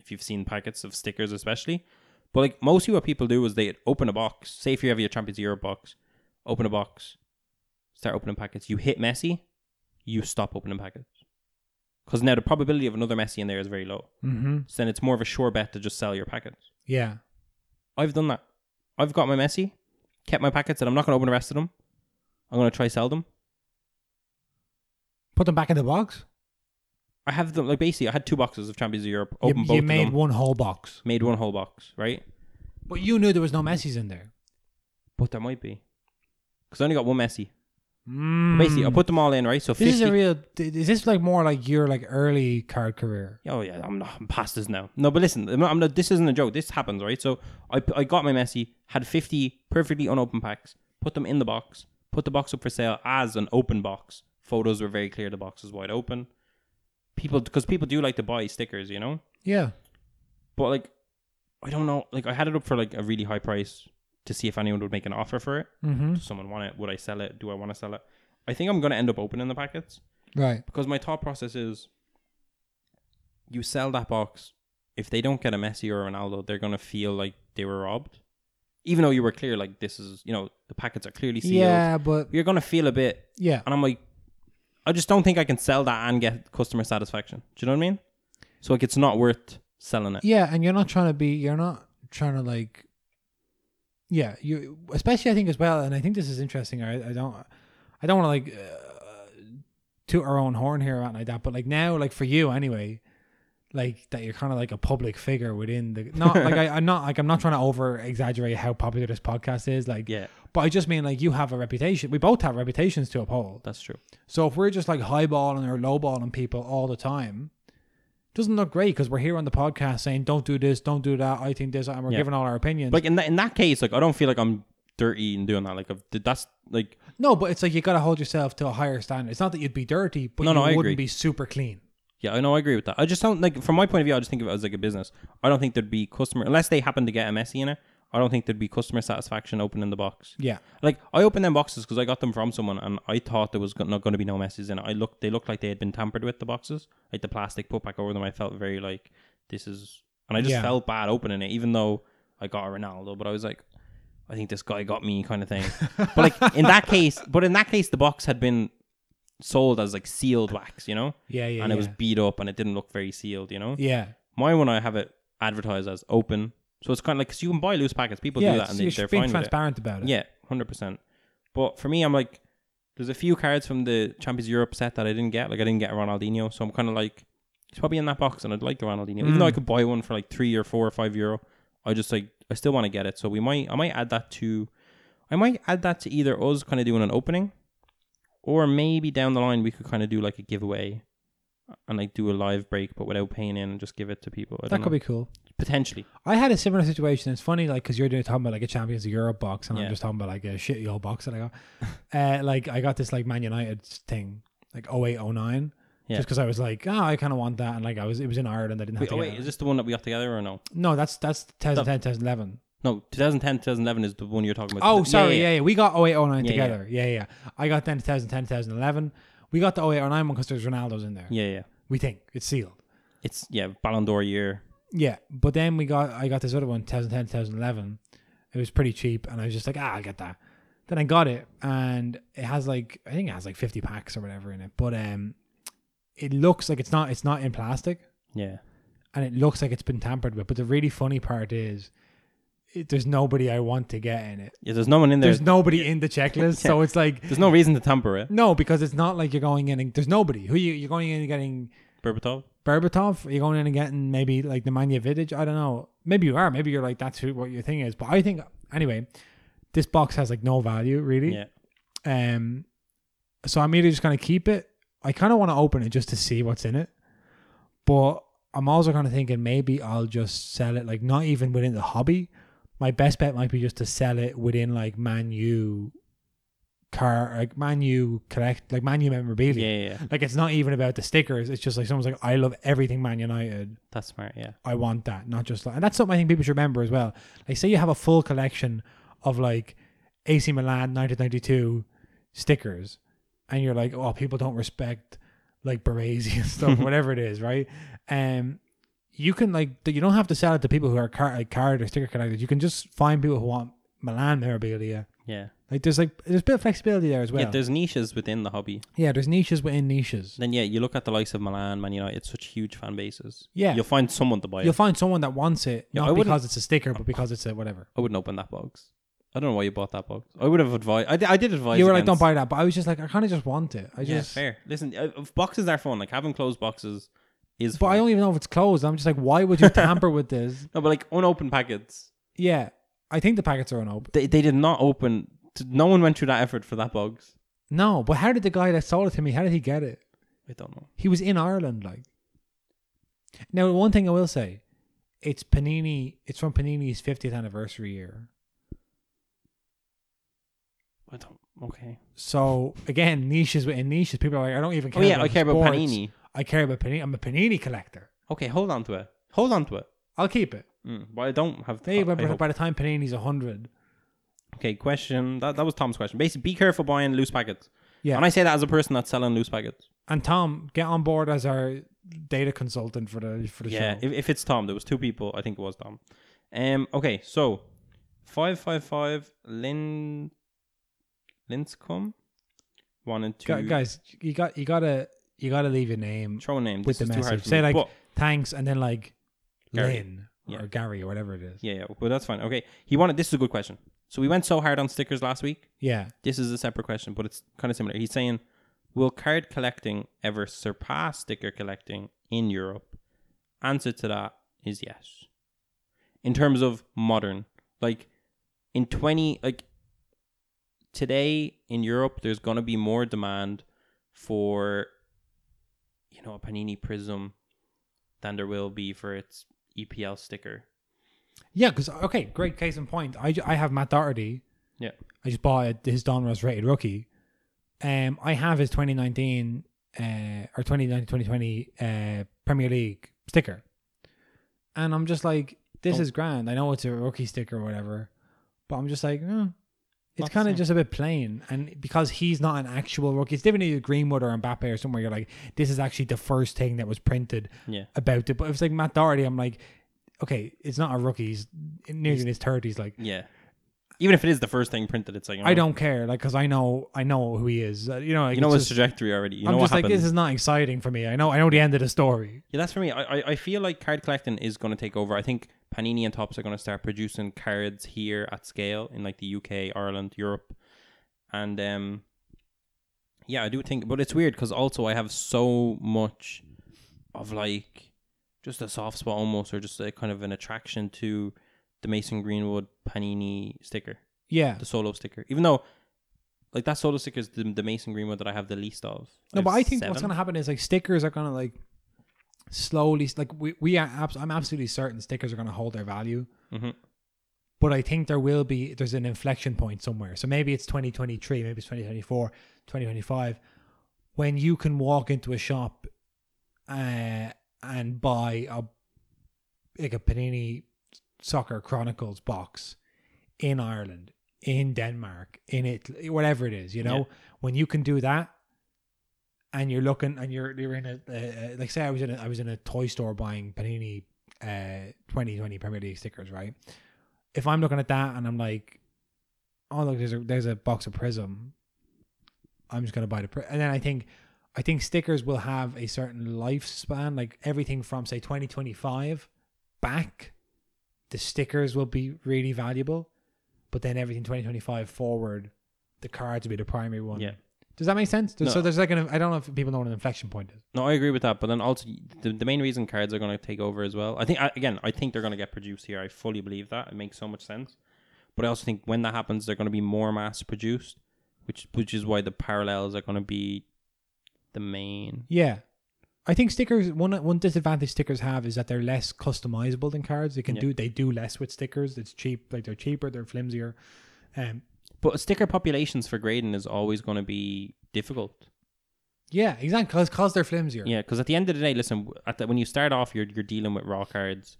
Speaker 2: if you've seen packets of stickers, especially. But like mostly, what people do is they open a box. Say if you have your Champions of Europe box, open a box, start opening packets. You hit Messi, you stop opening packets, because now the probability of another Messi in there is very low.
Speaker 1: hmm
Speaker 2: So then it's more of a sure bet to just sell your packets.
Speaker 1: Yeah,
Speaker 2: I've done that. I've got my Messi, kept my packets, and I'm not going to open the rest of them. I'm going to try sell them.
Speaker 1: put them back in the box.
Speaker 2: I have them like basically. I had two boxes of Champions of Europe.
Speaker 1: You,
Speaker 2: Open
Speaker 1: you
Speaker 2: both of
Speaker 1: made
Speaker 2: them.
Speaker 1: one whole box,
Speaker 2: Made one whole box, right?
Speaker 1: but you knew there was no Messi's in there.
Speaker 2: But there might be because I only got one Messi.
Speaker 1: Mm.
Speaker 2: Basically, I put them all in, right? So
Speaker 1: this
Speaker 2: 50,
Speaker 1: is a real. th- Is this like more like your like early card career?
Speaker 2: Oh yeah, I'm not. I'm past this now. No, but listen, I'm not, I'm not. This isn't a joke. This happens, right? So I, I got my Messi, had 50 perfectly unopened packs, put them in the box, put the box up for sale as an open box. Photos were very clear. The box is wide open. People, because people do like to buy stickers, you know.
Speaker 1: Yeah,
Speaker 2: But like, I don't know. Like, I had it up for like a really high price to see if anyone would make an offer for it.
Speaker 1: mm-hmm.
Speaker 2: Does someone want it? Would I sell it? Do I want to sell it? I think I'm gonna end up opening the packets
Speaker 1: right.
Speaker 2: because my thought process is you sell that box if they don't get a Messi or a Ronaldo they're going to feel like they were robbed even though you were clear like this is you know the packets are clearly sealed
Speaker 1: Yeah, but
Speaker 2: you're going to feel a bit
Speaker 1: yeah,
Speaker 2: and I'm like I just don't think I can sell that and get customer satisfaction do you know what I mean so like it's not worth selling it
Speaker 1: yeah, and you're not trying to be. You're not trying to like. Yeah, you especially I think as well, and I think this is interesting. I, I don't, I don't want to like uh, toot our own horn here or anything like that, but like now, like for you anyway, like that you're kind of like a public figure within the not like I, I'm not like I'm not trying to over exaggerate how popular this podcast is, like
Speaker 2: yeah
Speaker 1: But I just mean like you have a reputation. We both have reputations to uphold.
Speaker 2: that's true
Speaker 1: So if we're just like highballing or lowballing people all the time, doesn't look great because we're here on the podcast saying don't do this, don't do that. I think this, and we're
Speaker 2: Yeah.
Speaker 1: giving all our opinions.
Speaker 2: like in that in that case like I don't feel like I'm dirty in doing that like I've, that's like
Speaker 1: no, but it's like you got to hold yourself to a higher standard. It's not that you'd be dirty, but
Speaker 2: No, no,
Speaker 1: you
Speaker 2: I
Speaker 1: wouldn't
Speaker 2: agree.
Speaker 1: be super clean.
Speaker 2: Yeah, I know. I agree with that. I just don't like from my point of view. I just think of it as like a business. I don't think there'd be customer unless they happen to get a Messi in it. I don't think there'd be customer satisfaction opening the box.
Speaker 1: Yeah,
Speaker 2: Like I opened them boxes because I got them from someone, and I thought there was go- not going to be no Messis in it. I looked; they looked like they had been tampered with. The boxes, like the plastic put back over them, I felt very like this is, and I just
Speaker 1: Yeah.
Speaker 2: felt bad opening it, even though I got a Ronaldo. But I was like, I think this guy got me, kind of thing. but
Speaker 1: *laughs*
Speaker 2: like in that case, but in that case, the box had been sold as like sealed wax, you know
Speaker 1: yeah, yeah.
Speaker 2: and
Speaker 1: yeah.
Speaker 2: it was beat up and it didn't look very sealed, you know?
Speaker 1: yeah,
Speaker 2: Mine, when I have it advertised as open, so it's kind of like, because you can buy loose packets, people
Speaker 1: yeah.
Speaker 2: do that
Speaker 1: it's-
Speaker 2: and they,
Speaker 1: you're
Speaker 2: they're
Speaker 1: being
Speaker 2: fine with it.
Speaker 1: transparent about it.
Speaker 2: Yeah, 100%. But for me, I'm like, there's a few cards from the Champions Europe set that I didn't get. Like, I didn't get a Ronaldinho, so I'm kind of like, it's probably in that box and I'd like the Ronaldinho. Even though I
Speaker 1: Mm.
Speaker 2: could buy one for like three or four or five euro, I just like, I still want to get it. So we might, I might add that to, I might add that to either us kind of doing an opening or maybe down the line we could kind of do like a giveaway and like do a live break but without paying in and just give it to people. I
Speaker 1: that
Speaker 2: don't
Speaker 1: could
Speaker 2: know.
Speaker 1: be cool.
Speaker 2: potentially.
Speaker 1: I had a similar situation. It's funny, like, because you're doing talking about like a Champions of Europe box, and I'm
Speaker 2: Yeah.
Speaker 1: just talking about like a shitty old box that
Speaker 2: *laughs*
Speaker 1: I got. uh, like, I got this like Man United thing, like 08, 09,
Speaker 2: Yeah.
Speaker 1: just because I was like, oh, I kind of want that, and like I was, it was in Ireland. I didn't have
Speaker 2: Wait,
Speaker 1: to.
Speaker 2: oh
Speaker 1: get
Speaker 2: wait,
Speaker 1: it.
Speaker 2: is this the one that we got together or no?
Speaker 1: no, that's that's 2010, 2011.
Speaker 2: No, 2010, 2011 is the one you're talking about.
Speaker 1: Oh,
Speaker 2: Yeah,
Speaker 1: sorry,
Speaker 2: yeah,
Speaker 1: yeah,
Speaker 2: yeah.
Speaker 1: yeah, we got 08, 09
Speaker 2: Yeah, yeah.
Speaker 1: together. Yeah. yeah, I got then 2010, 2011. We got the 08, 09 one because there's Ronaldo's in there.
Speaker 2: Yeah, yeah.
Speaker 1: We think it's sealed.
Speaker 2: It's yeah, Ballon d'Or year.
Speaker 1: Yeah, but then we got I got this other one, 2010, 2011. It was pretty cheap, and I was just like, ah, I'll get that. Then I got it, and it has like I think it has like 50 packs or whatever in it. But um, it looks like it's not it's not in plastic,
Speaker 2: Yeah.
Speaker 1: and it looks like it's been tampered with. But the really funny part is, it, there's nobody I want to get in it.
Speaker 2: Yeah, there's no one in there.
Speaker 1: There's
Speaker 2: There's,
Speaker 1: nobody in the checklist, so it's like
Speaker 2: no reason to tamper it.
Speaker 1: no, because it's not like you're going in. and There's nobody who you you're going in and getting
Speaker 2: Berbatov.
Speaker 1: Berbatov? Are you going in and getting maybe like Nemanja Vidic? I don't know. Maybe you are. Maybe you're like that's who, what your thing is. But I think anyway, this box has like no value really.
Speaker 2: Yeah.
Speaker 1: Um, so I'm either just gonna keep it. I kind of want to open it just to see what's in it, but I'm also kind of thinking maybe I'll just sell it. Like not even within the hobby. My best bet might be just to sell it within like Man U car like Man U collect like Man U memorabilia.
Speaker 2: Yeah, yeah, yeah.
Speaker 1: Like it's not even about the stickers. It's just like someone's like, I love everything Man United.
Speaker 2: That's smart. Yeah.
Speaker 1: I want that, not just like. And that's something I think people should remember as well. Like, say you have a full collection of like AC Milan 1992 stickers, and you're like, oh, people don't respect like Baresi and stuff, whatever it is, right? Um, you can like, th- you don't have to sell it to people who are car- like card or sticker collectors. You can just find people who want Milan memorabilia.
Speaker 2: Yeah.
Speaker 1: Like, there's like, there's a bit of flexibility there as well.
Speaker 2: yeah. There's niches within the hobby.
Speaker 1: yeah, there's niches within niches.
Speaker 2: Then yeah, you look at the likes of Milan, Man United, such huge fan bases.
Speaker 1: Yeah.
Speaker 2: You'll find someone to buy
Speaker 1: You'll
Speaker 2: it.
Speaker 1: find someone that wants it,
Speaker 2: Yeah, I
Speaker 1: not
Speaker 2: wouldn't-
Speaker 1: because it's a sticker, but because it's a whatever.
Speaker 2: I wouldn't open that box. I don't know why you bought that box. I would have advised. I, di- I did advise.
Speaker 1: You were like,
Speaker 2: against-
Speaker 1: don't buy that. But I was just like, I kind of just want it. I
Speaker 2: Yeah,
Speaker 1: just.
Speaker 2: fair. Listen, uh, if boxes are fun. Like having closed boxes is.
Speaker 1: But
Speaker 2: fun.
Speaker 1: I don't even know if it's closed. I'm just like, why would
Speaker 2: *laughs*
Speaker 1: you tamper with this?
Speaker 2: No, but like unopened packets.
Speaker 1: Yeah. I think the packets are unopened.
Speaker 2: They they did not open. t- No one went through that effort for that box.
Speaker 1: No, but how did the guy that sold it to me, how did he get it?
Speaker 2: I don't know.
Speaker 1: He was in Ireland, like. Now, one thing I will say, it's Panini, it's from Panini's 50th anniversary year.
Speaker 2: I don't. Okay.
Speaker 1: So, again, niches within niches. People are like, I don't even care
Speaker 2: Oh yeah,
Speaker 1: about
Speaker 2: I care about
Speaker 1: sports.
Speaker 2: Panini.
Speaker 1: I care about Panini. I'm a Panini collector.
Speaker 2: Okay, hold on to it. Hold on to it.
Speaker 1: I'll keep it.
Speaker 2: Mm, but I don't have.
Speaker 1: They
Speaker 2: I
Speaker 1: remember
Speaker 2: hope.
Speaker 1: by the time Panini's 100.
Speaker 2: Okay, question. That that was Tom's question. Basically, be careful buying loose packets.
Speaker 1: Yeah.
Speaker 2: And I say that as a person that's selling loose packets.
Speaker 1: And Tom, get on board as our data consultant for the for the
Speaker 2: Yeah,
Speaker 1: show.
Speaker 2: if, if it's Tom, there was two people. I think it was Tom. Um. Okay, so five five five Lin Linscomb wanted to
Speaker 1: Gu- guys, you got you gotta you gotta leave your name
Speaker 2: throw a name
Speaker 1: with
Speaker 2: this
Speaker 1: the
Speaker 2: is Too hard
Speaker 1: message.
Speaker 2: for
Speaker 1: Say
Speaker 2: me,
Speaker 1: like
Speaker 2: but-
Speaker 1: thanks, and then like
Speaker 2: Gary.
Speaker 1: Lynn
Speaker 2: Yeah.
Speaker 1: or Gary or whatever it is.
Speaker 2: yeah, yeah, but that's fine. Okay, he wanted. This is a good question. So we went so hard on stickers last week.
Speaker 1: Yeah,
Speaker 2: This is a separate question, but it's kind of similar. He's saying, "Will card collecting ever surpass sticker collecting in Europe?" Answer to that is yes. In terms of modern, like in twenty, like today in Europe, there's gonna be more demand for, you know, a Panini Prism than there will be for its EPL sticker.
Speaker 1: yeah. Because okay, great case in point. I, ju- I have Matt Doherty.
Speaker 2: Yeah.
Speaker 1: I just bought it- his Don Ross rated rookie. Um, I have his 2019 uh, or 2019 2020 uh, Premier League sticker, and I'm just like, this
Speaker 2: Don't-
Speaker 1: is grand. I know it's a rookie sticker or whatever, but I'm just like, eh,
Speaker 2: Not
Speaker 1: it's
Speaker 2: the
Speaker 1: kind
Speaker 2: same.
Speaker 1: of just a bit plain. And because he's not an actual rookie, it's different to Greenwood or Mbappe or somewhere. You're like, this is actually the first thing that was printed
Speaker 2: Yeah.
Speaker 1: about it. But if it's like Matt Doherty, I'm like, okay, it's not a rookie. He's nearly in his thirties. Like,
Speaker 2: Yeah. Even if it is the first thing printed, it's like you know,
Speaker 1: I don't care, like, because I know I know who he is. Uh, you know, like,
Speaker 2: You know
Speaker 1: it's
Speaker 2: his
Speaker 1: just-
Speaker 2: trajectory already. You know
Speaker 1: I'm
Speaker 2: what
Speaker 1: just like,
Speaker 2: happened.
Speaker 1: this is not exciting for me. I know I know the end of the story.
Speaker 2: yeah, that's for me. I, I, I feel like card collecting is going to take over. I think Panini and Tops are going to start producing cards here at scale in like the UK, Ireland, Europe, and um, yeah, I do think. But it's weird because also I have so much of like just a soft spot almost, or just a kind of an attraction to the Mason Greenwood Panini sticker.
Speaker 1: Yeah.
Speaker 2: the solo sticker. Even though, like that solo sticker is the, the Mason Greenwood that I have the least of.
Speaker 1: No,
Speaker 2: have
Speaker 1: but I think what's
Speaker 2: seven.
Speaker 1: gonna happen is like stickers are gonna like slowly like we we are abs- I'm absolutely certain stickers are gonna hold their value.
Speaker 2: Mhm.
Speaker 1: But I think there will be there's an inflection point somewhere. So maybe it's 2023, maybe it's 2024, 2025, when you can walk into a shop uh, and buy a like a Panini Soccer Chronicles box in Ireland, in Denmark, in Italy, whatever it is, you know,
Speaker 2: Yeah.
Speaker 1: when you can do that and you're looking and you're you're in a uh, uh, like say I was in a, I was in a toy store buying Panini uh 2020 Premier League stickers, right? If I'm looking at that and I'm like oh look there's a there's a box of Prism. I'm just going to buy the Prism. And then I think I think stickers will have a certain lifespan like everything from say 2025 back the stickers will be really valuable, but then everything 2025 forward, the cards will be the primary one.
Speaker 2: Yeah.
Speaker 1: Does that make sense? There's-
Speaker 2: No.
Speaker 1: So there's like an I don't know if people know what an inflection point is.
Speaker 2: No, I agree with that. But then also, the, the main reason cards are going to take over as well. I think I- again, I think they're going to get produced here. I fully believe that. It makes so much sense. But I also think when that happens, they're going to be more mass produced, which which is why the parallels are going to be the main.
Speaker 1: Yeah. I think stickers one one disadvantage stickers have is that they're less customizable than cards. They can
Speaker 2: Yeah.
Speaker 1: do they do less with stickers. It's cheap, like they're cheaper, they're flimsier. Um,
Speaker 2: But sticker populations for grading is always going to be difficult.
Speaker 1: Yeah, exactly. Cause, cause they're flimsier.
Speaker 2: Yeah, because at the end of the day, listen, at the, when you start off, you're you're dealing with raw cards.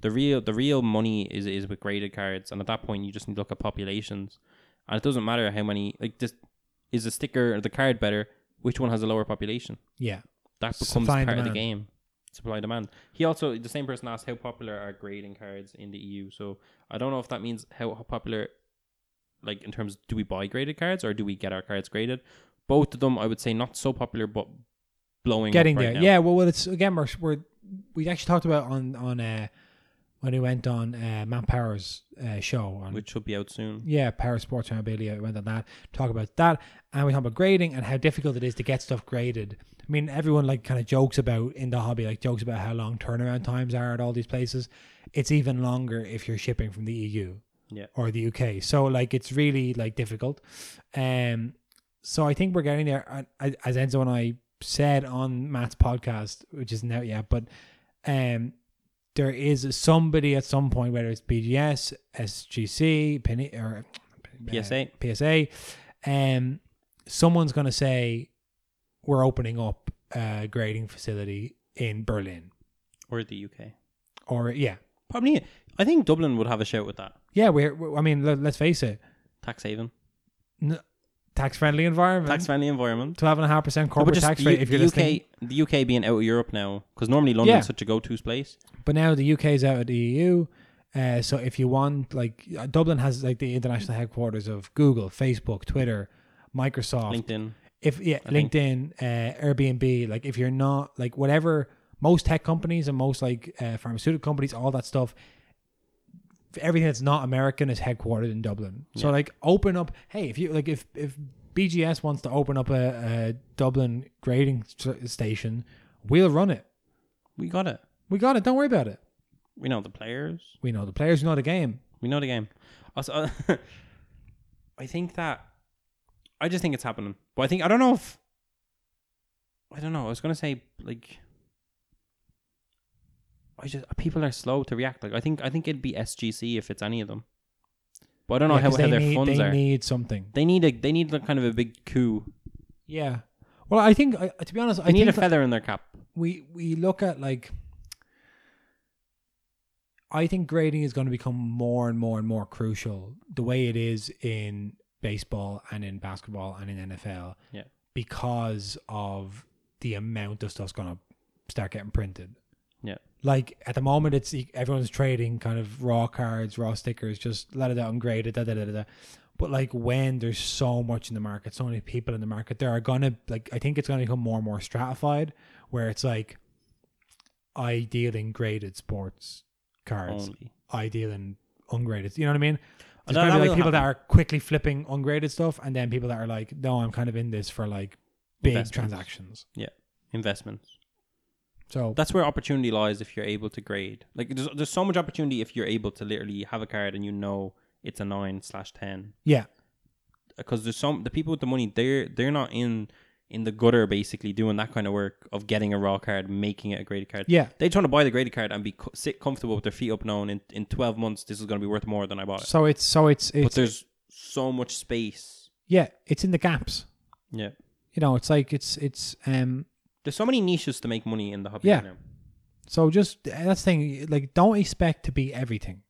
Speaker 2: The real the real money is is with graded cards, and at that point, you just need to look at populations, and it doesn't matter how many like this is the sticker or the card better. Which one has a lower population?
Speaker 1: Yeah.
Speaker 2: That becomes
Speaker 1: Supply and
Speaker 2: part of the
Speaker 1: demand.
Speaker 2: game. Supply and demand. He also the same person asked how popular are grading cards in the EU. So I don't know if that means how popular, like in terms, do we buy graded cards or do we get our cards graded? Both of them, I would say, not so popular, but blowing
Speaker 1: Getting
Speaker 2: up right
Speaker 1: there.
Speaker 2: now.
Speaker 1: Yeah. Well, well, it's again we're, we're we actually talked about on on uh, when we went on uh, Matt Power's uh, show on
Speaker 2: which should be out soon.
Speaker 1: yeah Power Sports Memorabilia. We went on that talk about that, and we talk about grading and how difficult it is to get stuff graded. I mean, everyone like kind of jokes about in the hobby, like jokes about how long turnaround times are at all these places. It's even longer if you're shipping from the EU.
Speaker 2: Yeah.
Speaker 1: or the UK. So like it's really like difficult. Um so I think we're getting there And I- as Enzo and I said on Matt's podcast, which isn't out yet, but um there is somebody at some point, whether it's BGS, SGC, Pini- or uh,
Speaker 2: PSA.
Speaker 1: PSA, um, someone's going to say we're opening up a grading facility in Berlin,
Speaker 2: or the UK.
Speaker 1: or yeah,
Speaker 2: Probably, I think Dublin would have a shout with that
Speaker 1: yeah. We're, we I mean, let, let's face it,
Speaker 2: tax haven,
Speaker 1: tax friendly environment.
Speaker 2: tax friendly environment.
Speaker 1: twelve and a half percent
Speaker 2: No, but
Speaker 1: corporate
Speaker 2: just
Speaker 1: tax
Speaker 2: the,
Speaker 1: rate
Speaker 2: U-
Speaker 1: if you're
Speaker 2: the
Speaker 1: listening.
Speaker 2: UK, the UK being out of Europe now, because normally London's
Speaker 1: Yeah.
Speaker 2: such a go-to place.
Speaker 1: But now the UK is out of the EU. Uh, so if you want, like uh, Dublin has like the international headquarters of Google, Facebook, Twitter, Microsoft.
Speaker 2: LinkedIn,
Speaker 1: if yeah,
Speaker 2: I think.
Speaker 1: LinkedIn, uh, Airbnb. Like if you're not like whatever, most tech companies and most like uh, pharmaceutical companies, all that stuff. Everything that's not American is headquartered in Dublin. So
Speaker 2: Yeah.
Speaker 1: like open up. Hey, if you like, if if BGS wants to open up a, a Dublin grading st- station, we'll run it.
Speaker 2: we got it.
Speaker 1: We got it. Don't worry about it.
Speaker 2: We know the players.
Speaker 1: We know the players. We know the game.
Speaker 2: We know the game. Also, uh, *laughs* I think that I just think it's happening, but I think I don't know if I don't know. I was gonna say like I just people are slow to react. Like I think I think it'd be SGC if it's any of them, but I don't know
Speaker 1: Yeah,
Speaker 2: how,
Speaker 1: 'cause
Speaker 2: how
Speaker 1: they
Speaker 2: their
Speaker 1: need,
Speaker 2: funds
Speaker 1: they
Speaker 2: are.
Speaker 1: need something.
Speaker 2: they need a they need like kind of a big coup.
Speaker 1: Yeah. Well, I think I, to be honest,
Speaker 2: They
Speaker 1: I
Speaker 2: need
Speaker 1: think
Speaker 2: a feather in their cap.
Speaker 1: we we look at like I think grading is going to become more and more and more crucial the way it is in baseball and in basketball and in NFL.
Speaker 2: Yeah.
Speaker 1: Because of the amount of stuff's going to start getting printed.
Speaker 2: Yeah.
Speaker 1: Like at the moment, it's e, everyone's trading kind of raw cards, raw stickers, just let it out and grade it, da da da da. da. But like when there's so much in the market, so many people in the market, there are gonna like I think it's gonna become more and more stratified, where it's like I deal in graded sports cards,
Speaker 2: Only.
Speaker 1: I deal in ungraded. You know what I mean? There's
Speaker 2: that-
Speaker 1: gonna
Speaker 2: that
Speaker 1: be like
Speaker 2: will
Speaker 1: people that are quickly flipping ungraded stuff, and then people that are like, no, I'm kind of in this for like big
Speaker 2: Investments.
Speaker 1: transactions.
Speaker 2: investments.
Speaker 1: So
Speaker 2: That's where opportunity lies if you're able to grade. Like there's there's so much opportunity if you're able to literally have a card and you know it's a nine slash ten.
Speaker 1: yeah,
Speaker 2: Because there's some the people with the money they're they're not in in the gutter basically doing that kind of work of getting a raw card, making it a graded card.
Speaker 1: yeah.
Speaker 2: They trying to buy the graded card and be co- sit comfortable with their feet up, knowing in in twelve months this is going to be worth more than I bought it.
Speaker 1: So it's so it's
Speaker 2: But
Speaker 1: it's
Speaker 2: there's so much space.
Speaker 1: yeah, it's in the gaps.
Speaker 2: Yeah,
Speaker 1: You know, it's like it's it's um.
Speaker 2: there's so many niches to make money in the hobby.
Speaker 1: Yeah.
Speaker 2: right now.
Speaker 1: So just that's the thing. Like, don't expect to be everything.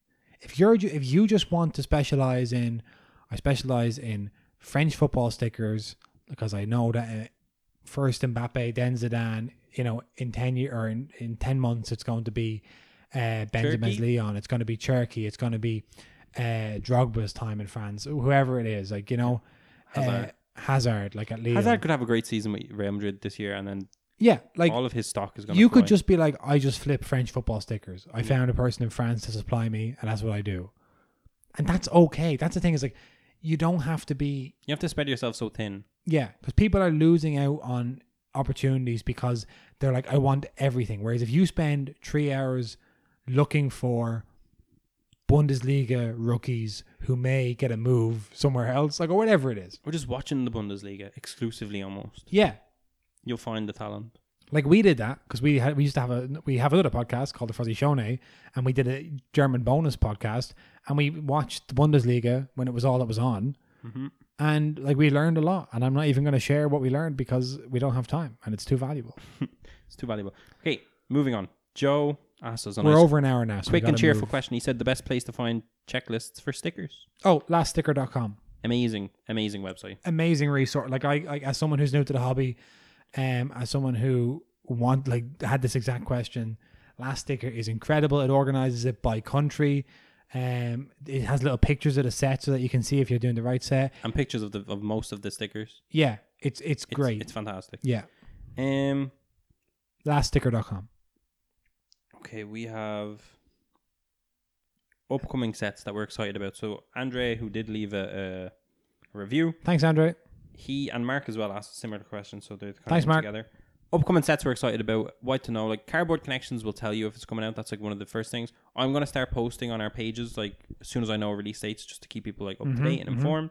Speaker 1: If you're ju- if you just want to specialize in, I specialize in French football stickers because I know that uh, first Mbappe, then Zidane. You know, in ten year or in, in ten months, it's going to be uh, Benjamin
Speaker 2: Cherky?
Speaker 1: Leon. It's going to be Cherky. It's going to be uh, Drogba's time in France. Whoever it is, like you know,
Speaker 2: Hazard.
Speaker 1: uh, Hazard, like at Lille.
Speaker 2: Hazard could have a great season with Real Madrid this year, and then
Speaker 1: yeah, like
Speaker 2: all of his stock is going.
Speaker 1: you could just be like, I just flip French football stickers. I found a person in France to supply me, and that's what I do. And that's okay. That's the thing is like, you don't have to be
Speaker 2: You have to spread yourself so thin.
Speaker 1: yeah, because people are losing out on opportunities because they're like, I want everything. Whereas if you spend three hours looking for Bundesliga rookies who may get a move somewhere else, like or whatever it is,
Speaker 2: We're just watching the Bundesliga exclusively almost.
Speaker 1: yeah,
Speaker 2: You'll find the talent.
Speaker 1: like we did that because we had we used to have a we have another podcast called the Fuzzy Shone, and we did a German bonus podcast, and we watched the Bundesliga when it was all that was on,
Speaker 2: Mm-hmm.
Speaker 1: And like we learned a lot, and I'm not even going to share what we learned because we don't have time and it's too valuable.
Speaker 2: It's too valuable. Okay, moving on. Joe asked us on
Speaker 1: We're
Speaker 2: a
Speaker 1: over an hour now. So we
Speaker 2: quick and
Speaker 1: gotta
Speaker 2: cheerful
Speaker 1: move.
Speaker 2: question. He said the best place to find checklists for stickers.
Speaker 1: Oh, laststicker.com.
Speaker 2: Amazing, amazing website.
Speaker 1: amazing resource. Like I, I as someone who's new to the hobby, um, as someone who want like had this exact question, Last Sticker is incredible. It organizes it by country. Um, it has little pictures of the set so that you can see if you're doing the right set.
Speaker 2: And pictures of the of most of the stickers.
Speaker 1: Yeah, it's it's
Speaker 2: It's,
Speaker 1: great.
Speaker 2: It's fantastic.
Speaker 1: yeah,
Speaker 2: Um
Speaker 1: laststicker.com.
Speaker 2: okay, we have upcoming sets that we're excited about. So Andre, who did leave a, a review,
Speaker 1: Thanks, Andrew.
Speaker 2: he and Mark as well asked a similar question, so they're kind
Speaker 1: Thanks,
Speaker 2: of
Speaker 1: Mark.
Speaker 2: together. Upcoming sets we're excited about. What to know, like Cardboard Connections will tell you if it's coming out. That's like one of the first things. I'm gonna start posting on our pages like as soon as I know release dates, just to keep people like up
Speaker 1: Mm-hmm,
Speaker 2: to date and informed.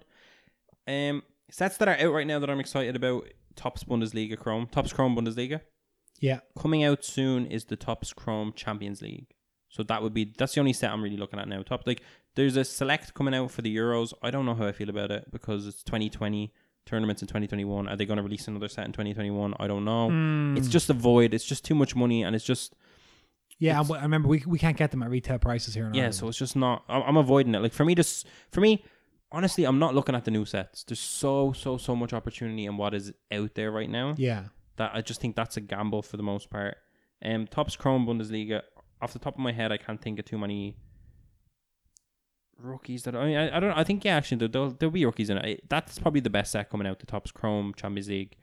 Speaker 2: Um, sets that are out right now that I'm excited about: Tops Bundesliga Chrome, Tops Chrome Bundesliga
Speaker 1: Yeah,
Speaker 2: coming out soon is the Topps Chrome Champions League. So that would be that's the only set I'm really looking at now. Top like there's a select coming out for the Euros. I don't know how I feel about it because it's 2020 tournaments in 2021. Are they going to release another set in 2021? I don't know.
Speaker 1: Hmm.
Speaker 2: It's just a void. It's just too much money, and it's just
Speaker 1: yeah. And I remember we, we can't get them at retail prices here. In
Speaker 2: yeah.
Speaker 1: Ireland.
Speaker 2: So it's just not. I'm, I'm avoiding it. Like for me, just for me, honestly, I'm not looking at the new sets. There's so so so much opportunity in what is out there right now.
Speaker 1: yeah,
Speaker 2: that I just think that's a gamble for the most part. Um, tops Chrome Bundesliga. Off the top of my head, I can't think of too many rookies that I mean, I, I don't. I think yeah, actually there, there'll there'll be rookies in it. I- That's probably the best set coming out. The tops Chrome Champions League.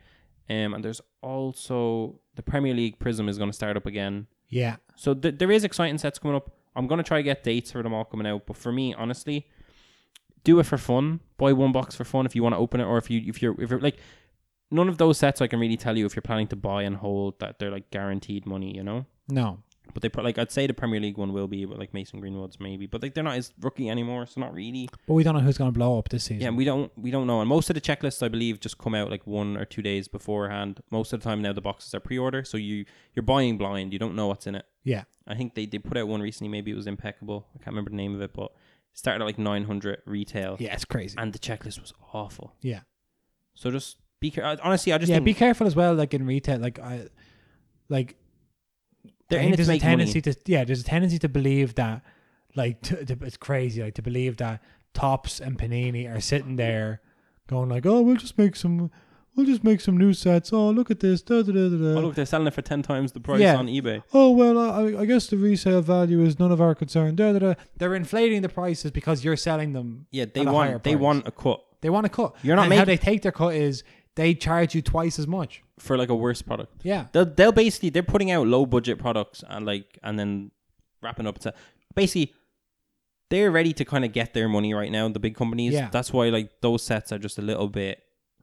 Speaker 2: Um, and there's also the Premier League Prism is going to start up again.
Speaker 1: yeah.
Speaker 2: So th- there is exciting sets coming up. I'm gonna try to get dates for them all coming out. But for me, honestly, do it for fun. Buy one box for fun if you want to open it, or if you if you're if you're like none of those sets I can really tell you if you're planning to buy and hold that they're like guaranteed money, you know.
Speaker 1: No,
Speaker 2: But they put like I'd say the Premier League one will be, but like Mason Greenwood's maybe, but like they're not as rookie anymore, so not really.
Speaker 1: but we don't know who's going to blow up this
Speaker 2: Yeah,
Speaker 1: season.
Speaker 2: and we don't we don't know. And most of the checklists I believe just come out like one or two days beforehand. Most of the time now the boxes are pre-order, so you you're buying blind. You don't know what's in it.
Speaker 1: Yeah,
Speaker 2: I think they, they put out one recently. Maybe it was impeccable. I can't remember the name of it, but it started at like nine hundred retail,
Speaker 1: yeah. it's crazy.
Speaker 2: and the checklist was awful.
Speaker 1: yeah.
Speaker 2: So just be careful. Honestly, I just
Speaker 1: yeah,
Speaker 2: think
Speaker 1: be careful as well. Like in retail, like I, like
Speaker 2: they're
Speaker 1: I
Speaker 2: in
Speaker 1: think
Speaker 2: it
Speaker 1: there's
Speaker 2: to
Speaker 1: a
Speaker 2: make
Speaker 1: tendency
Speaker 2: money.
Speaker 1: to yeah, there's a tendency to believe that like to, to, it's crazy like to believe that Tops and Panini are sitting there going like, oh, we'll just make some, we'll just make some new sets. Oh, look at this, da da da da. da.
Speaker 2: Oh look, they're selling it for ten times the price
Speaker 1: Yeah.
Speaker 2: on eBay.
Speaker 1: Oh well, I, I guess the resale value is none of our concern. Da, da, da. They're inflating the prices because you're selling them.
Speaker 2: Yeah, they
Speaker 1: at a higher
Speaker 2: want they
Speaker 1: price.
Speaker 2: want a cut
Speaker 1: they want a cut.
Speaker 2: You're not
Speaker 1: and how
Speaker 2: making-
Speaker 1: they take their cut is they charge you twice as much.
Speaker 2: for like a worse product.
Speaker 1: Yeah,
Speaker 2: They'll they'll basically they're putting out low budget products and like and then wrapping up to basically they're ready to kind of get their money right now. The big companies.
Speaker 1: Yeah.
Speaker 2: That's why like those sets are just a little bit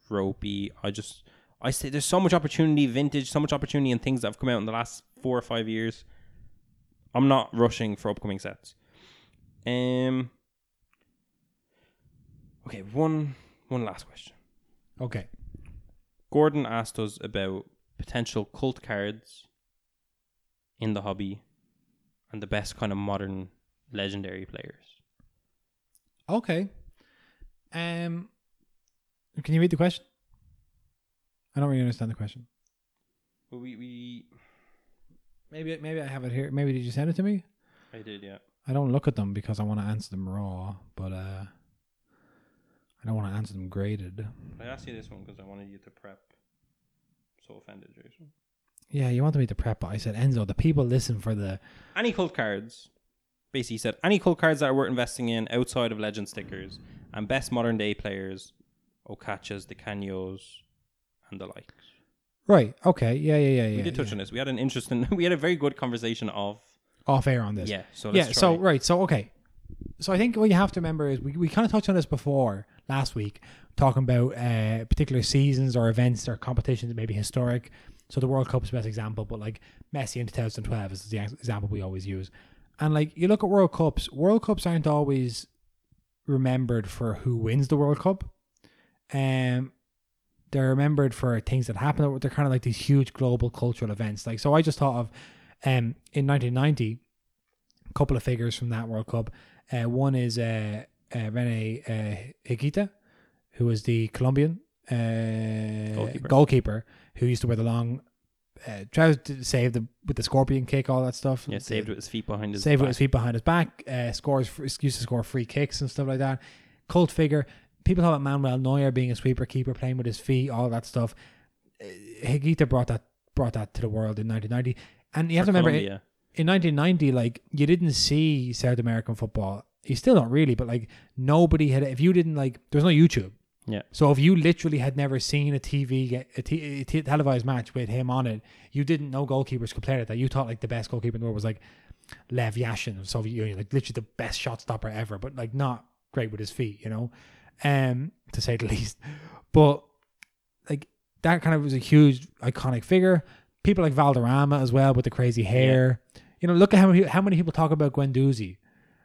Speaker 2: ropey. I just I say there's so much opportunity, vintage, so much opportunity in things that have come out in the last four or five years. I'm not rushing for upcoming sets. Um. Okay, one one last question.
Speaker 1: okay.
Speaker 2: Gordon asked us about potential cult cards in the hobby and the best kind of modern legendary players.
Speaker 1: Okay. Um, can you read the question? I don't really understand the question.
Speaker 2: Well, we, we
Speaker 1: Maybe maybe I have it here. Maybe did you send it to me?
Speaker 2: I did, yeah.
Speaker 1: I don't look at them because I want to answer them raw, but uh, I don't want to answer them graded.
Speaker 2: I asked you this one because I wanted you to prep. So offended, Jason.
Speaker 1: Yeah, you wanted me to prep, but I said Enzo. The people listen for the
Speaker 2: Any cult cards? Basically, he said any cult cards that are worth investing in outside of legend stickers and best modern day players, Okachas, the Canyos, and the likes.
Speaker 1: right. Okay. Yeah. Yeah. Yeah. Yeah.
Speaker 2: We did touch
Speaker 1: yeah.
Speaker 2: on this. We had an interesting, *laughs* we had a very good conversation of
Speaker 1: off air on this.
Speaker 2: yeah. So let's
Speaker 1: yeah.
Speaker 2: Try.
Speaker 1: So right. So okay. So I think what you have to remember is we, we kind of touched on this before last week, talking about uh, particular seasons or events or competitions, maybe historic. So the World Cup's the best example, but like Messi in 2012 is the ex- example we always use. And like you look at World Cups, World Cups aren't always remembered for who wins the World Cup. Um, they're remembered for things that happen. They're kind of like these huge global cultural events. Like so, I just thought of um in 1990 couple of figures from that World Cup. Uh, one is uh, uh, Rene uh, Higuita, who was the Colombian uh,
Speaker 2: Goalkeeper.
Speaker 1: goalkeeper who used to wear the long uh, trousers to save the with the scorpion kick, all that stuff.
Speaker 2: Yeah,
Speaker 1: The-
Speaker 2: saved with his feet behind his.
Speaker 1: save with
Speaker 2: back.
Speaker 1: his feet behind his back, uh, scores f- used to score free kicks and stuff like that. Cult figure. People talk about Manuel Neuer being a sweeper keeper, playing with his feet, all that stuff. Uh, Higuita brought that brought that to the world in 1990, and you have
Speaker 2: For
Speaker 1: to remember in,
Speaker 2: Colombia.
Speaker 1: in 1990, like you didn't see South American football. You still don't really, but like nobody had. If you didn't like, there was no YouTube.
Speaker 2: Yeah.
Speaker 1: So if you literally had never seen a TV get a t- a t- televised match with him on it, you didn't know goalkeepers could play like that. You thought like the best goalkeeper in the world was like Lev Yashin of Soviet Union, like literally the best shot stopper ever, but like not great with his feet, you know, um, to say the *laughs* least. But like that kind of was a huge iconic figure. People like Valderrama as well with the crazy hair. You know, look at how many how many people talk about Guendouzi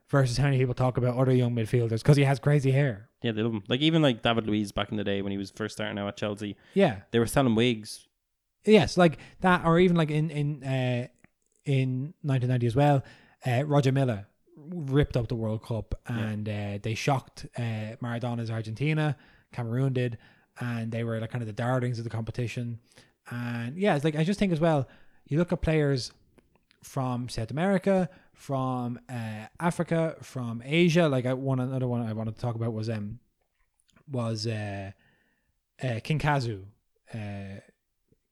Speaker 1: versus how many people talk about other young midfielders because he has crazy hair.
Speaker 2: Yeah, they love him. Like even like David Luiz back in the day when he was first starting out at Chelsea,
Speaker 1: Yeah.
Speaker 2: they were selling wigs.
Speaker 1: Yes, like that, or even like in in uh, in 1990 as well. Uh, Roger Miller ripped up the World Cup, and uh, they shocked uh, Maradona's Argentina. Cameroon did, and they were like kind of the darlings of the competition. And yeah, it's like I just think as well. You look at players from South America, from uh, Africa, from Asia. Like I one another one I wanted to talk about was um was uh, uh, Kinkazu. Uh,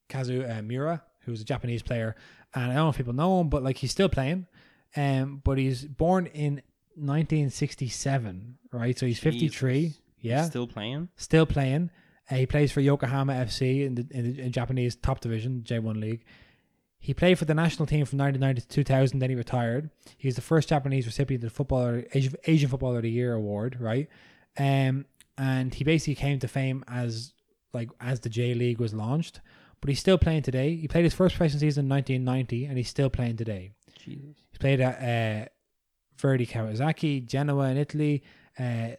Speaker 1: Kazu uh, Mura, who's a Japanese player, and I don't know if people know him, but like he's still playing. Um, but he's born in 1967, right? So he's 53.
Speaker 2: Jesus.
Speaker 1: Yeah,
Speaker 2: He's still playing.
Speaker 1: still playing. Uh, he plays for Yokohama FC in the, in the in Japanese top division, J1 League. He played for the national team from 1990 to 2000, then he retired. He was the first Japanese recipient of the footballer, Asian, Asian Footballer of the Year award, right? Um, and he basically came to fame as like as the J League was launched, but he's still playing today. He played his first professional season in 1990, and he's still playing today.
Speaker 2: Jesus.
Speaker 1: He's played at uh, Verdi Kawasaki, Genoa in Italy, uh,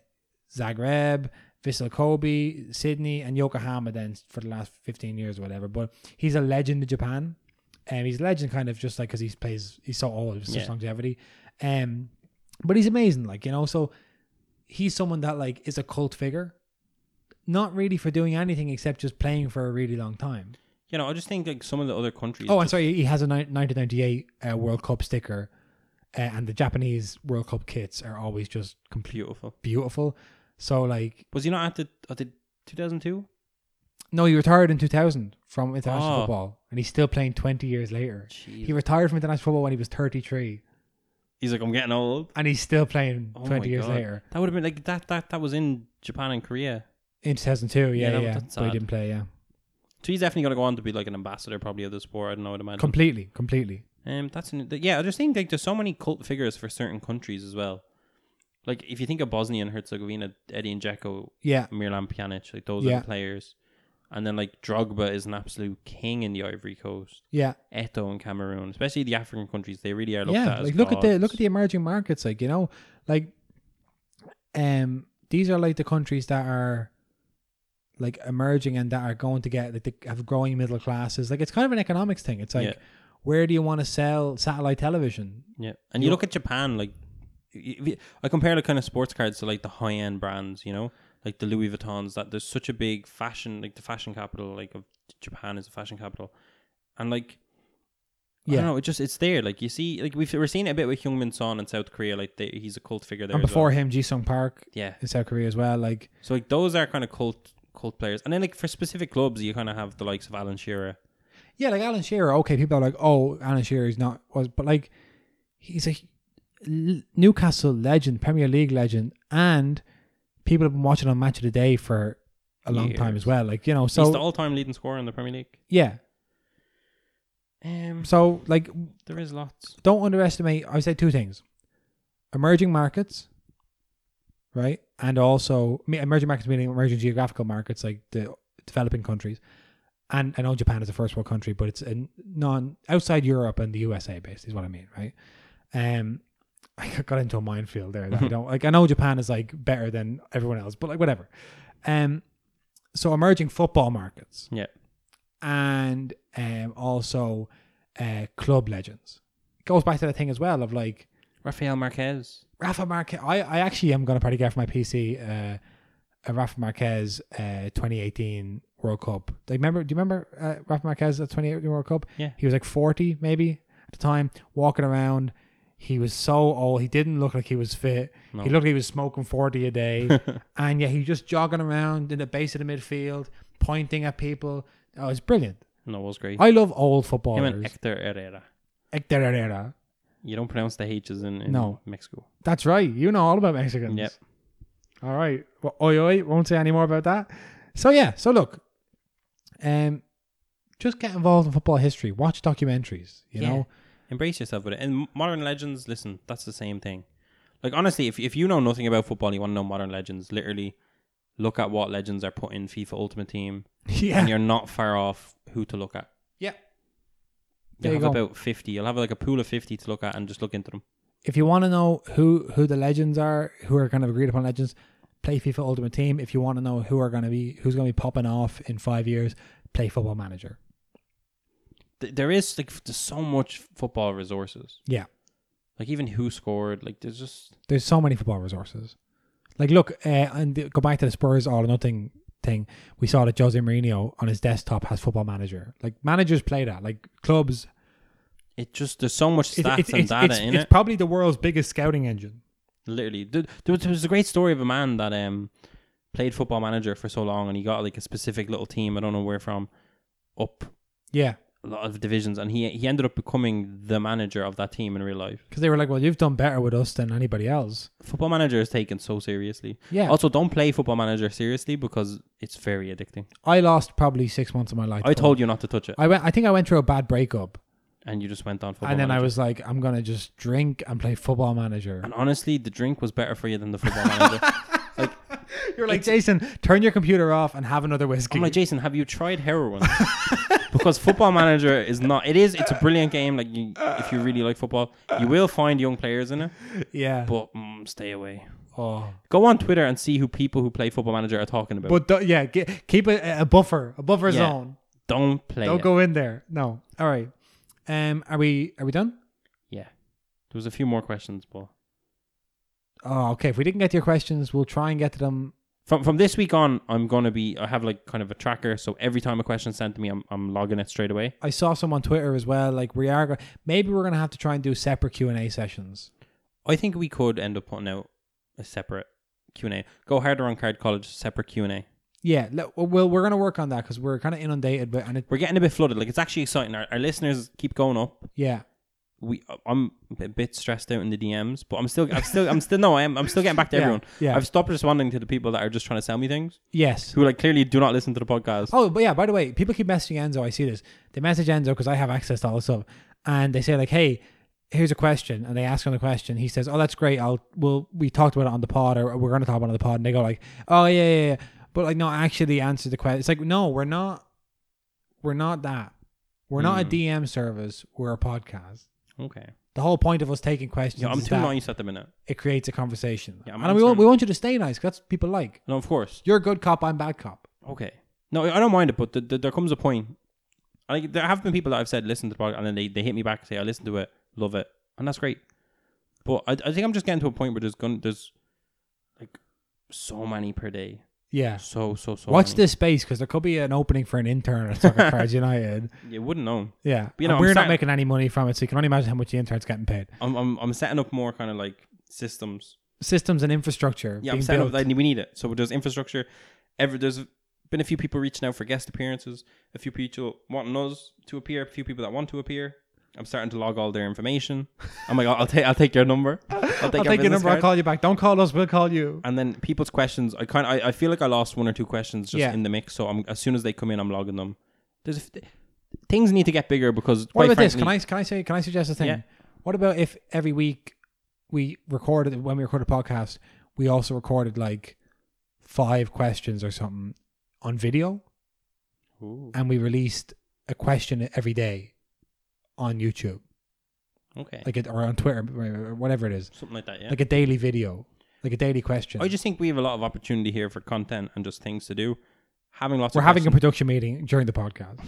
Speaker 1: Zagreb, Vissel Kobe, Sydney, and Yokohama then for the last 15 years or whatever. But he's a legend in Japan. Um, he's a legend kind of just like because he plays, he's so old, he's such
Speaker 2: Yeah.
Speaker 1: longevity. Um, but he's amazing, like, you know, so he's someone that like is a cult figure. Not really for doing anything except just playing for a really long time.
Speaker 2: You know, I just think like some of the other countries.
Speaker 1: Oh, I'm sorry. He has a ni- 1998 uh, World Cup sticker, uh, and the Japanese World Cup kits are always just complete
Speaker 2: beautiful.
Speaker 1: beautiful. So, like,
Speaker 2: Was he not at the at the 2002?
Speaker 1: no, he retired in 2000 from international
Speaker 2: Oh.
Speaker 1: football, and he's still playing 20 years later. He
Speaker 2: Jeez.
Speaker 1: retired from international football when he was 33,
Speaker 2: He's like, I'm getting old.
Speaker 1: and he's still playing
Speaker 2: Oh
Speaker 1: 20
Speaker 2: my
Speaker 1: years
Speaker 2: God.
Speaker 1: later
Speaker 2: That would have been like that. That that was in Japan and Korea.
Speaker 1: in 2002. Yeah,
Speaker 2: Yeah,
Speaker 1: yeah,
Speaker 2: that- that's
Speaker 1: but he
Speaker 2: sad.
Speaker 1: didn't play. Yeah,
Speaker 2: So he's definitely gonna go on to be like an ambassador, probably of the sport. I don't know. I'd imagine.
Speaker 1: completely, completely.
Speaker 2: Um, that's an, th- yeah. I just think like there's so many cult figures for certain countries as well. Like if you think of Bosnia and Herzegovina, Eddie and Jeko,
Speaker 1: Yeah,
Speaker 2: Miralem Pjanic, like those
Speaker 1: Yeah.
Speaker 2: are the players. And then like Drogba is an absolute king in the Ivory Coast.
Speaker 1: yeah,
Speaker 2: Eto in Cameroon, especially the African countries, they really are looked
Speaker 1: yeah.
Speaker 2: at.
Speaker 1: Like, look at the look at the emerging markets. Like, you know, like, um, these are like the countries that are like emerging and that are going to get like the, have growing middle classes. Like, it's kind of an economics thing. It's like,
Speaker 2: Yeah.
Speaker 1: where do you want to sell satellite television?
Speaker 2: yeah. And you look at Japan, like if you- I compare the kind of sports cards to like the high end brands, you know, like the Louis Vuittons. That there's such a big fashion, like the fashion capital, like of Japan is the fashion capital, and like. I
Speaker 1: Yeah.
Speaker 2: don't know. It just it's there. Like you see, like we've we're seeing it a bit with Hyungmin Son in South Korea. Like they, he's a cult figure there.
Speaker 1: and
Speaker 2: as well.
Speaker 1: before him, Jisung Park
Speaker 2: yeah.
Speaker 1: in South Korea as well. Like,
Speaker 2: So like those are kind of cult cult players. And then like for specific clubs, you kind of have the likes of Alan Shearer.
Speaker 1: yeah, like Alan Shearer. Okay, people are like, oh, Alan Shearer is not was, but like, he's a L- Newcastle legend, Premier League legend, and people have been watching on Match of the Day for a long time
Speaker 2: Years.
Speaker 1: as well. Like, you know,
Speaker 2: he's the
Speaker 1: so
Speaker 2: all time leading scorer in the Premier League.
Speaker 1: yeah,
Speaker 2: Um,
Speaker 1: so like,
Speaker 2: there is lots.
Speaker 1: don't underestimate. I would say two things: emerging markets, right, and also I mean, emerging markets meaning emerging geographical markets like the developing countries. And I know Japan is a first world country, but it's a non outside Europe and the USA based is what I mean, right? Um, *laughs* I got into a minefield there. That I don't like. I know Japan is like better than everyone else, but like whatever. Um, so emerging football markets,
Speaker 2: Yeah.
Speaker 1: and um also uh club legends. Goes back to the thing as well of like
Speaker 2: Rafael Marquez.
Speaker 1: Rafa Marquez. I, I actually am going to probably get for my PC uh, uh, Rafa Marquez uh, 2018 World Cup. Like, remember? Do you remember uh, Rafa Marquez at 2018 World Cup?
Speaker 2: Yeah.
Speaker 1: he was like 40 maybe at the time, walking around. He was so old. He didn't look like he was fit.
Speaker 2: No.
Speaker 1: He looked like he was smoking 40 a
Speaker 2: *laughs*
Speaker 1: day, and yeah, he was just jogging around in the base of the midfield, pointing at people. Oh, it's brilliant.
Speaker 2: No, it was great.
Speaker 1: I love old
Speaker 2: Him and
Speaker 1: footballers.
Speaker 2: Hector Herrera.
Speaker 1: Hector Herrera.
Speaker 2: You don't pronounce the H's in, in
Speaker 1: No. Mm.
Speaker 2: Mexico.
Speaker 1: That's right. You know all about Mexicans.
Speaker 2: Yep.
Speaker 1: All right. Well, oi, oi. Won't say any more about that. So yeah. So look, um, just get involved in football history. Watch documentaries. You
Speaker 2: Yeah.
Speaker 1: know. *laughs*
Speaker 2: Embrace yourself with it. And modern legends, listen, that's the same thing. Like honestly, if if you know nothing about football, and you want to know modern legends. Literally, look at what legends are put in FIFA Ultimate Team, and
Speaker 1: Yeah.
Speaker 2: you're not far off who to look at.
Speaker 1: Yeah. There
Speaker 2: You'll
Speaker 1: you
Speaker 2: have
Speaker 1: go.
Speaker 2: about fifty. You'll have like a pool of fifty to look at and just look into them.
Speaker 1: If you want to know who who the legends are, who are kind of agreed upon legends, play FIFA Ultimate Team. If you want to know who are going to be who's going to be popping off in five years, play Football Manager.
Speaker 2: Th- there is like f- there's so much football resources.
Speaker 1: Yeah.
Speaker 2: Like even who scored. Like there's just
Speaker 1: There's so many football resources. Like, look, uh, and the- go back to the Spurs all or nothing thing. We saw that Jose Mourinho on his desktop has Football Manager. Like, managers play that. Like, clubs.
Speaker 2: it just there's so much
Speaker 1: It's,
Speaker 2: stats
Speaker 1: it's,
Speaker 2: and
Speaker 1: it's,
Speaker 2: data
Speaker 1: it's,
Speaker 2: in
Speaker 1: it's
Speaker 2: it.
Speaker 1: probably the world's biggest scouting engine.
Speaker 2: Literally, there, there was- there was a great story of a man that um played football manager for so long, and he got like a specific little team. I don't know where from, up
Speaker 1: Yeah.
Speaker 2: a lot of divisions, and he he ended up becoming the manager of that team in real life.
Speaker 1: Because they were like, well, you've done better with us than anybody else.
Speaker 2: Football manager is taken so seriously.
Speaker 1: Yeah.
Speaker 2: Also, don't play football manager seriously because it's very addicting.
Speaker 1: I lost probably six months of my life.
Speaker 2: I told you not to touch it,
Speaker 1: I went. I think I went through a bad breakup,
Speaker 2: and you just went on football.
Speaker 1: and then I
Speaker 2: Manager.
Speaker 1: was like, "I'm gonna just drink and play Football Manager."
Speaker 2: And honestly, the drink was better for you than the
Speaker 1: *laughs*
Speaker 2: football manager.
Speaker 1: You're like, "Jason, turn your computer off and have another whiskey."
Speaker 2: I'm like, Jason, have you tried heroin? because Football Manager is not. It is. It's a brilliant game. Like, you, if you really like football, you will find young players in it.
Speaker 1: *laughs* yeah.
Speaker 2: But mm, stay away.
Speaker 1: oh.
Speaker 2: Go on Twitter and see who people who play Football Manager are talking about.
Speaker 1: But do- yeah, ge- keep a, a buffer, a buffer
Speaker 2: Yeah.
Speaker 1: zone.
Speaker 2: don't play.
Speaker 1: Don't
Speaker 2: it.
Speaker 1: go in there. No. All right. Um, are we are we done?
Speaker 2: Yeah. There was a few more questions, but
Speaker 1: Oh, okay. If we didn't get to your questions, we'll try and get to them.
Speaker 2: from from this week on, I'm gonna be. I have like kind of a tracker, so every time a question's sent to me, I'm I'm logging it straight away.
Speaker 1: I saw some on Twitter as well. Like we are, go- maybe we're gonna have to try and do separate Q and A sessions.
Speaker 2: I think we could end up putting out a separate Q and A. Go harder on Card College, separate Q and A.
Speaker 1: Yeah. le- Well, we're gonna work on that because we're kind of inundated, but and it,
Speaker 2: We're getting a bit flooded. Like it's actually exciting. Our, our listeners keep going up.
Speaker 1: yeah.
Speaker 2: we I'm a bit stressed out in the DMs, but I'm still I'm still I'm still no I'm I'm still getting back
Speaker 1: *laughs*
Speaker 2: to
Speaker 1: Yeah,
Speaker 2: everyone.
Speaker 1: yeah.
Speaker 2: I've stopped responding to the people that are just trying to sell me things
Speaker 1: Yes.
Speaker 2: who like clearly do not listen to the podcast.
Speaker 1: Oh, but yeah, by the way, people keep messaging Enzo. I see this. They message Enzo because I have access to all this stuff. And they say, like, hey, here's a question. And they ask him the question. He says, oh, that's great. I'll, well, we talked about it on the pod or we're going to talk about it on the pod. And they go, like, oh, yeah, yeah, yeah. But, like, no, actually answer the question. It's like, no, we're not, we're not that. We're not a
Speaker 2: Hmm.
Speaker 1: DM service. We're a podcast.
Speaker 2: Okay,
Speaker 1: The whole point of us taking questions
Speaker 2: yeah, I'm
Speaker 1: is
Speaker 2: too
Speaker 1: Oh. that
Speaker 2: nice at the minute.
Speaker 1: it creates a conversation.
Speaker 2: Yeah, I'm
Speaker 1: and we want,
Speaker 2: answering-
Speaker 1: we want you to stay nice 'cause that's what people like.
Speaker 2: No, of course.
Speaker 1: You're a good cop, I'm bad cop.
Speaker 2: Okay, no, I don't mind it, but the, the, there comes a point. Like there have been people that I've said listen to the podcast, and then they, they hit me back and say I listen to it, love it, and that's great. But I, I think I'm just getting to a point where there's going there's like so many per day,
Speaker 1: Yeah.
Speaker 2: so so so.
Speaker 1: Watch
Speaker 2: many.
Speaker 1: this space because there could be an opening for an intern at
Speaker 2: *laughs*
Speaker 1: Soccer Cards United.
Speaker 2: You wouldn't know.
Speaker 1: Yeah,
Speaker 2: You know,
Speaker 1: And
Speaker 2: I'm
Speaker 1: we're not
Speaker 2: starting-
Speaker 1: making any money from it, so you can only imagine how much the intern's getting paid.
Speaker 2: I'm I'm, I'm setting up more kind of like systems
Speaker 1: Systems and infrastructure.
Speaker 2: Yeah,
Speaker 1: being
Speaker 2: I'm setting up.
Speaker 1: built.
Speaker 2: Like, we need it. So there's infrastructure. Every there's been a few people reaching out for guest appearances. A few people wanting us to appear. A few people that want to appear. I'm starting to log all their information. I'm like, I'll, I'll take, I'll take your number. I'll take,
Speaker 1: *laughs* I'll take your number. I'll call you back. Don't call us. We'll call you.
Speaker 2: And then people's questions. I kind, I, I feel like I lost one or two questions just
Speaker 1: Yeah.
Speaker 2: in the mix. So I'm as soon as they come in, I'm logging them. There's a f- things need to get bigger because.
Speaker 1: What
Speaker 2: quite
Speaker 1: about this?
Speaker 2: frankly-
Speaker 1: Can I can I say can I suggest a thing?
Speaker 2: Yeah.
Speaker 1: What about if every week we recorded when we recorded a podcast, we also recorded like five questions or something on video,
Speaker 2: Ooh,
Speaker 1: and we released a question every day on YouTube,
Speaker 2: okay.
Speaker 1: like it, or on Twitter, or whatever it is,
Speaker 2: Something like that. Yeah.
Speaker 1: like a daily video, like a daily question.
Speaker 2: I just think we have a lot of opportunity here for content and just things to do. Having lots.
Speaker 1: We're
Speaker 2: of
Speaker 1: having
Speaker 2: questions-
Speaker 1: a production meeting during the podcast.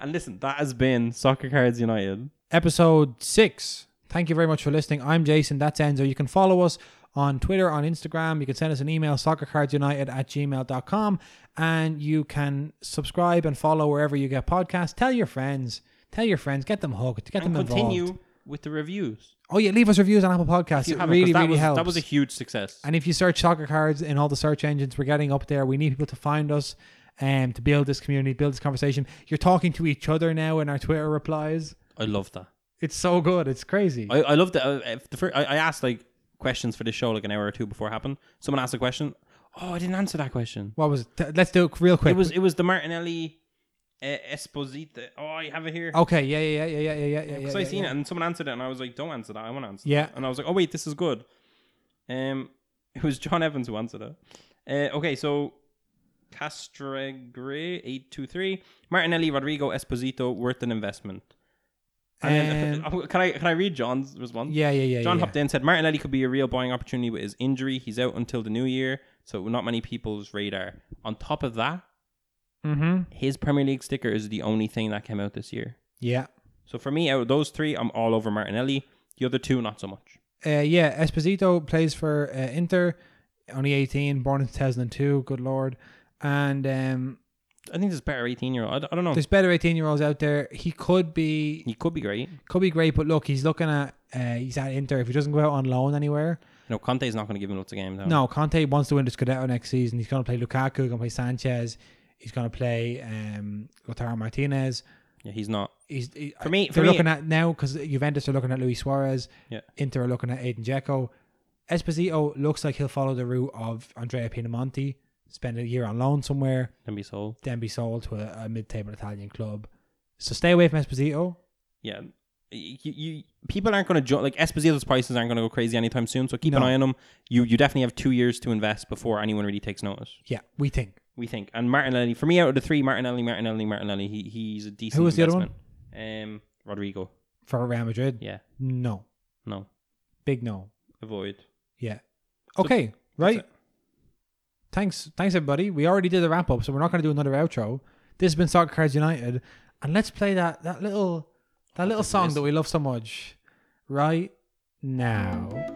Speaker 2: And listen, that has been Soccer Cards United.
Speaker 1: Episode six. Thank you very much for listening. I'm Jason. That's Enzo. You can follow us on Twitter, on Instagram. You can send us an email, soccercardsunited at gmail.com. And you can subscribe and follow wherever you get podcasts. Tell your friends. Tell your friends. Get them hooked. Get
Speaker 2: and
Speaker 1: them
Speaker 2: continue
Speaker 1: involved.
Speaker 2: with the reviews.
Speaker 1: Oh, yeah. Leave us reviews on Apple
Speaker 2: If
Speaker 1: Podcasts.
Speaker 2: you
Speaker 1: It
Speaker 2: haven't, 'cause
Speaker 1: really,
Speaker 2: that
Speaker 1: really
Speaker 2: was,
Speaker 1: helps.
Speaker 2: That was a huge success.
Speaker 1: And if you search soccer cards in all the search engines, we're getting up there. We need people to find us um, to build this community, build this conversation. You're talking to each other now in our Twitter replies.
Speaker 2: I love that.
Speaker 1: It's so good. It's crazy.
Speaker 2: I, I love that. Uh, if the fir- I, I asked like questions for this show like an hour or two before it happened. Someone asked a question. Oh, I didn't answer that question.
Speaker 1: what was it? T- Let's do it real quick.
Speaker 2: It was it was the Martinelli uh, Esposito. Oh, I have it here.
Speaker 1: okay. Yeah, yeah, yeah, yeah, yeah, yeah, yeah.
Speaker 2: Because
Speaker 1: yeah,
Speaker 2: I seen
Speaker 1: yeah.
Speaker 2: it and someone answered it and I was like, don't answer that. I want to answer
Speaker 1: Yeah.
Speaker 2: that. And I was like, oh, wait, this is good. Um, *laughs* It was John Evans who answered it. Uh, okay, so Castregre823, Martinelli, Rodrigo, Esposito, worth an investment. And then, *laughs* oh, can I can I read John's response?
Speaker 1: Um, Yeah, yeah, yeah.
Speaker 2: John
Speaker 1: yeah.
Speaker 2: hopped in said Martinelli could be a real buying opportunity with his injury. He's out until the new year, so not many people's radar. On top of that,
Speaker 1: Mm-hmm.
Speaker 2: his Premier League sticker is the only thing that came out this year.
Speaker 1: Yeah.
Speaker 2: So for me, out of those three, I'm all over Martinelli. The other two, not so much.
Speaker 1: Uh, yeah, Esposito plays for uh, Inter, only 18, born in 2002, good lord. And um,
Speaker 2: I think there's better 18 year old. I, I don't know.
Speaker 1: there's better 18 year olds out there. He could be
Speaker 2: He could be great. You
Speaker 1: could be great, but look, he's looking at uh, he's at Inter. If he doesn't go out on loan anywhere,
Speaker 2: know, Conte's not going to give him lots of games. though.
Speaker 1: no, Conte wants to win the Scudetto next season. He's going to play Lukaku, going to play Sanchez, he's going to play um, Lautaro Martinez.
Speaker 2: Yeah, he's not.
Speaker 1: He's he,
Speaker 2: For me, for
Speaker 1: they're
Speaker 2: me,
Speaker 1: looking at now because Juventus are looking at Luis Suarez.
Speaker 2: Yeah.
Speaker 1: Inter are looking at Aiden Dzeko. Esposito looks like he'll follow the route of Andrea Pinamonti, spend a year on loan somewhere,
Speaker 2: can be sold.
Speaker 1: then be sold to a, a mid-table Italian club. So stay away from Esposito.
Speaker 2: Yeah. You, you people aren't going to jump like Esposito's prices aren't going to go crazy anytime soon. So keep an
Speaker 1: No.
Speaker 2: eye on him. You you definitely have two years to invest before anyone really takes notice.
Speaker 1: Yeah, we think.
Speaker 2: We think. And Martinelli, for me, out of the three, Martinelli, Martinelli, Martinelli, he, he's a decent.
Speaker 1: Who was the other one?
Speaker 2: investment. Um, Rodrigo.
Speaker 1: For Real Madrid,
Speaker 2: Yeah.
Speaker 1: no.
Speaker 2: No.
Speaker 1: Big no.
Speaker 2: Avoid.
Speaker 1: Yeah. Okay, right.
Speaker 2: it.
Speaker 1: Thanks, thanks everybody. We already did the wrap up, so we're not going to do another outro. This has been Soccer Cards United, and let's play that that little that little
Speaker 2: did we
Speaker 1: song
Speaker 2: miss
Speaker 1: that
Speaker 2: it?
Speaker 1: we love so much right now.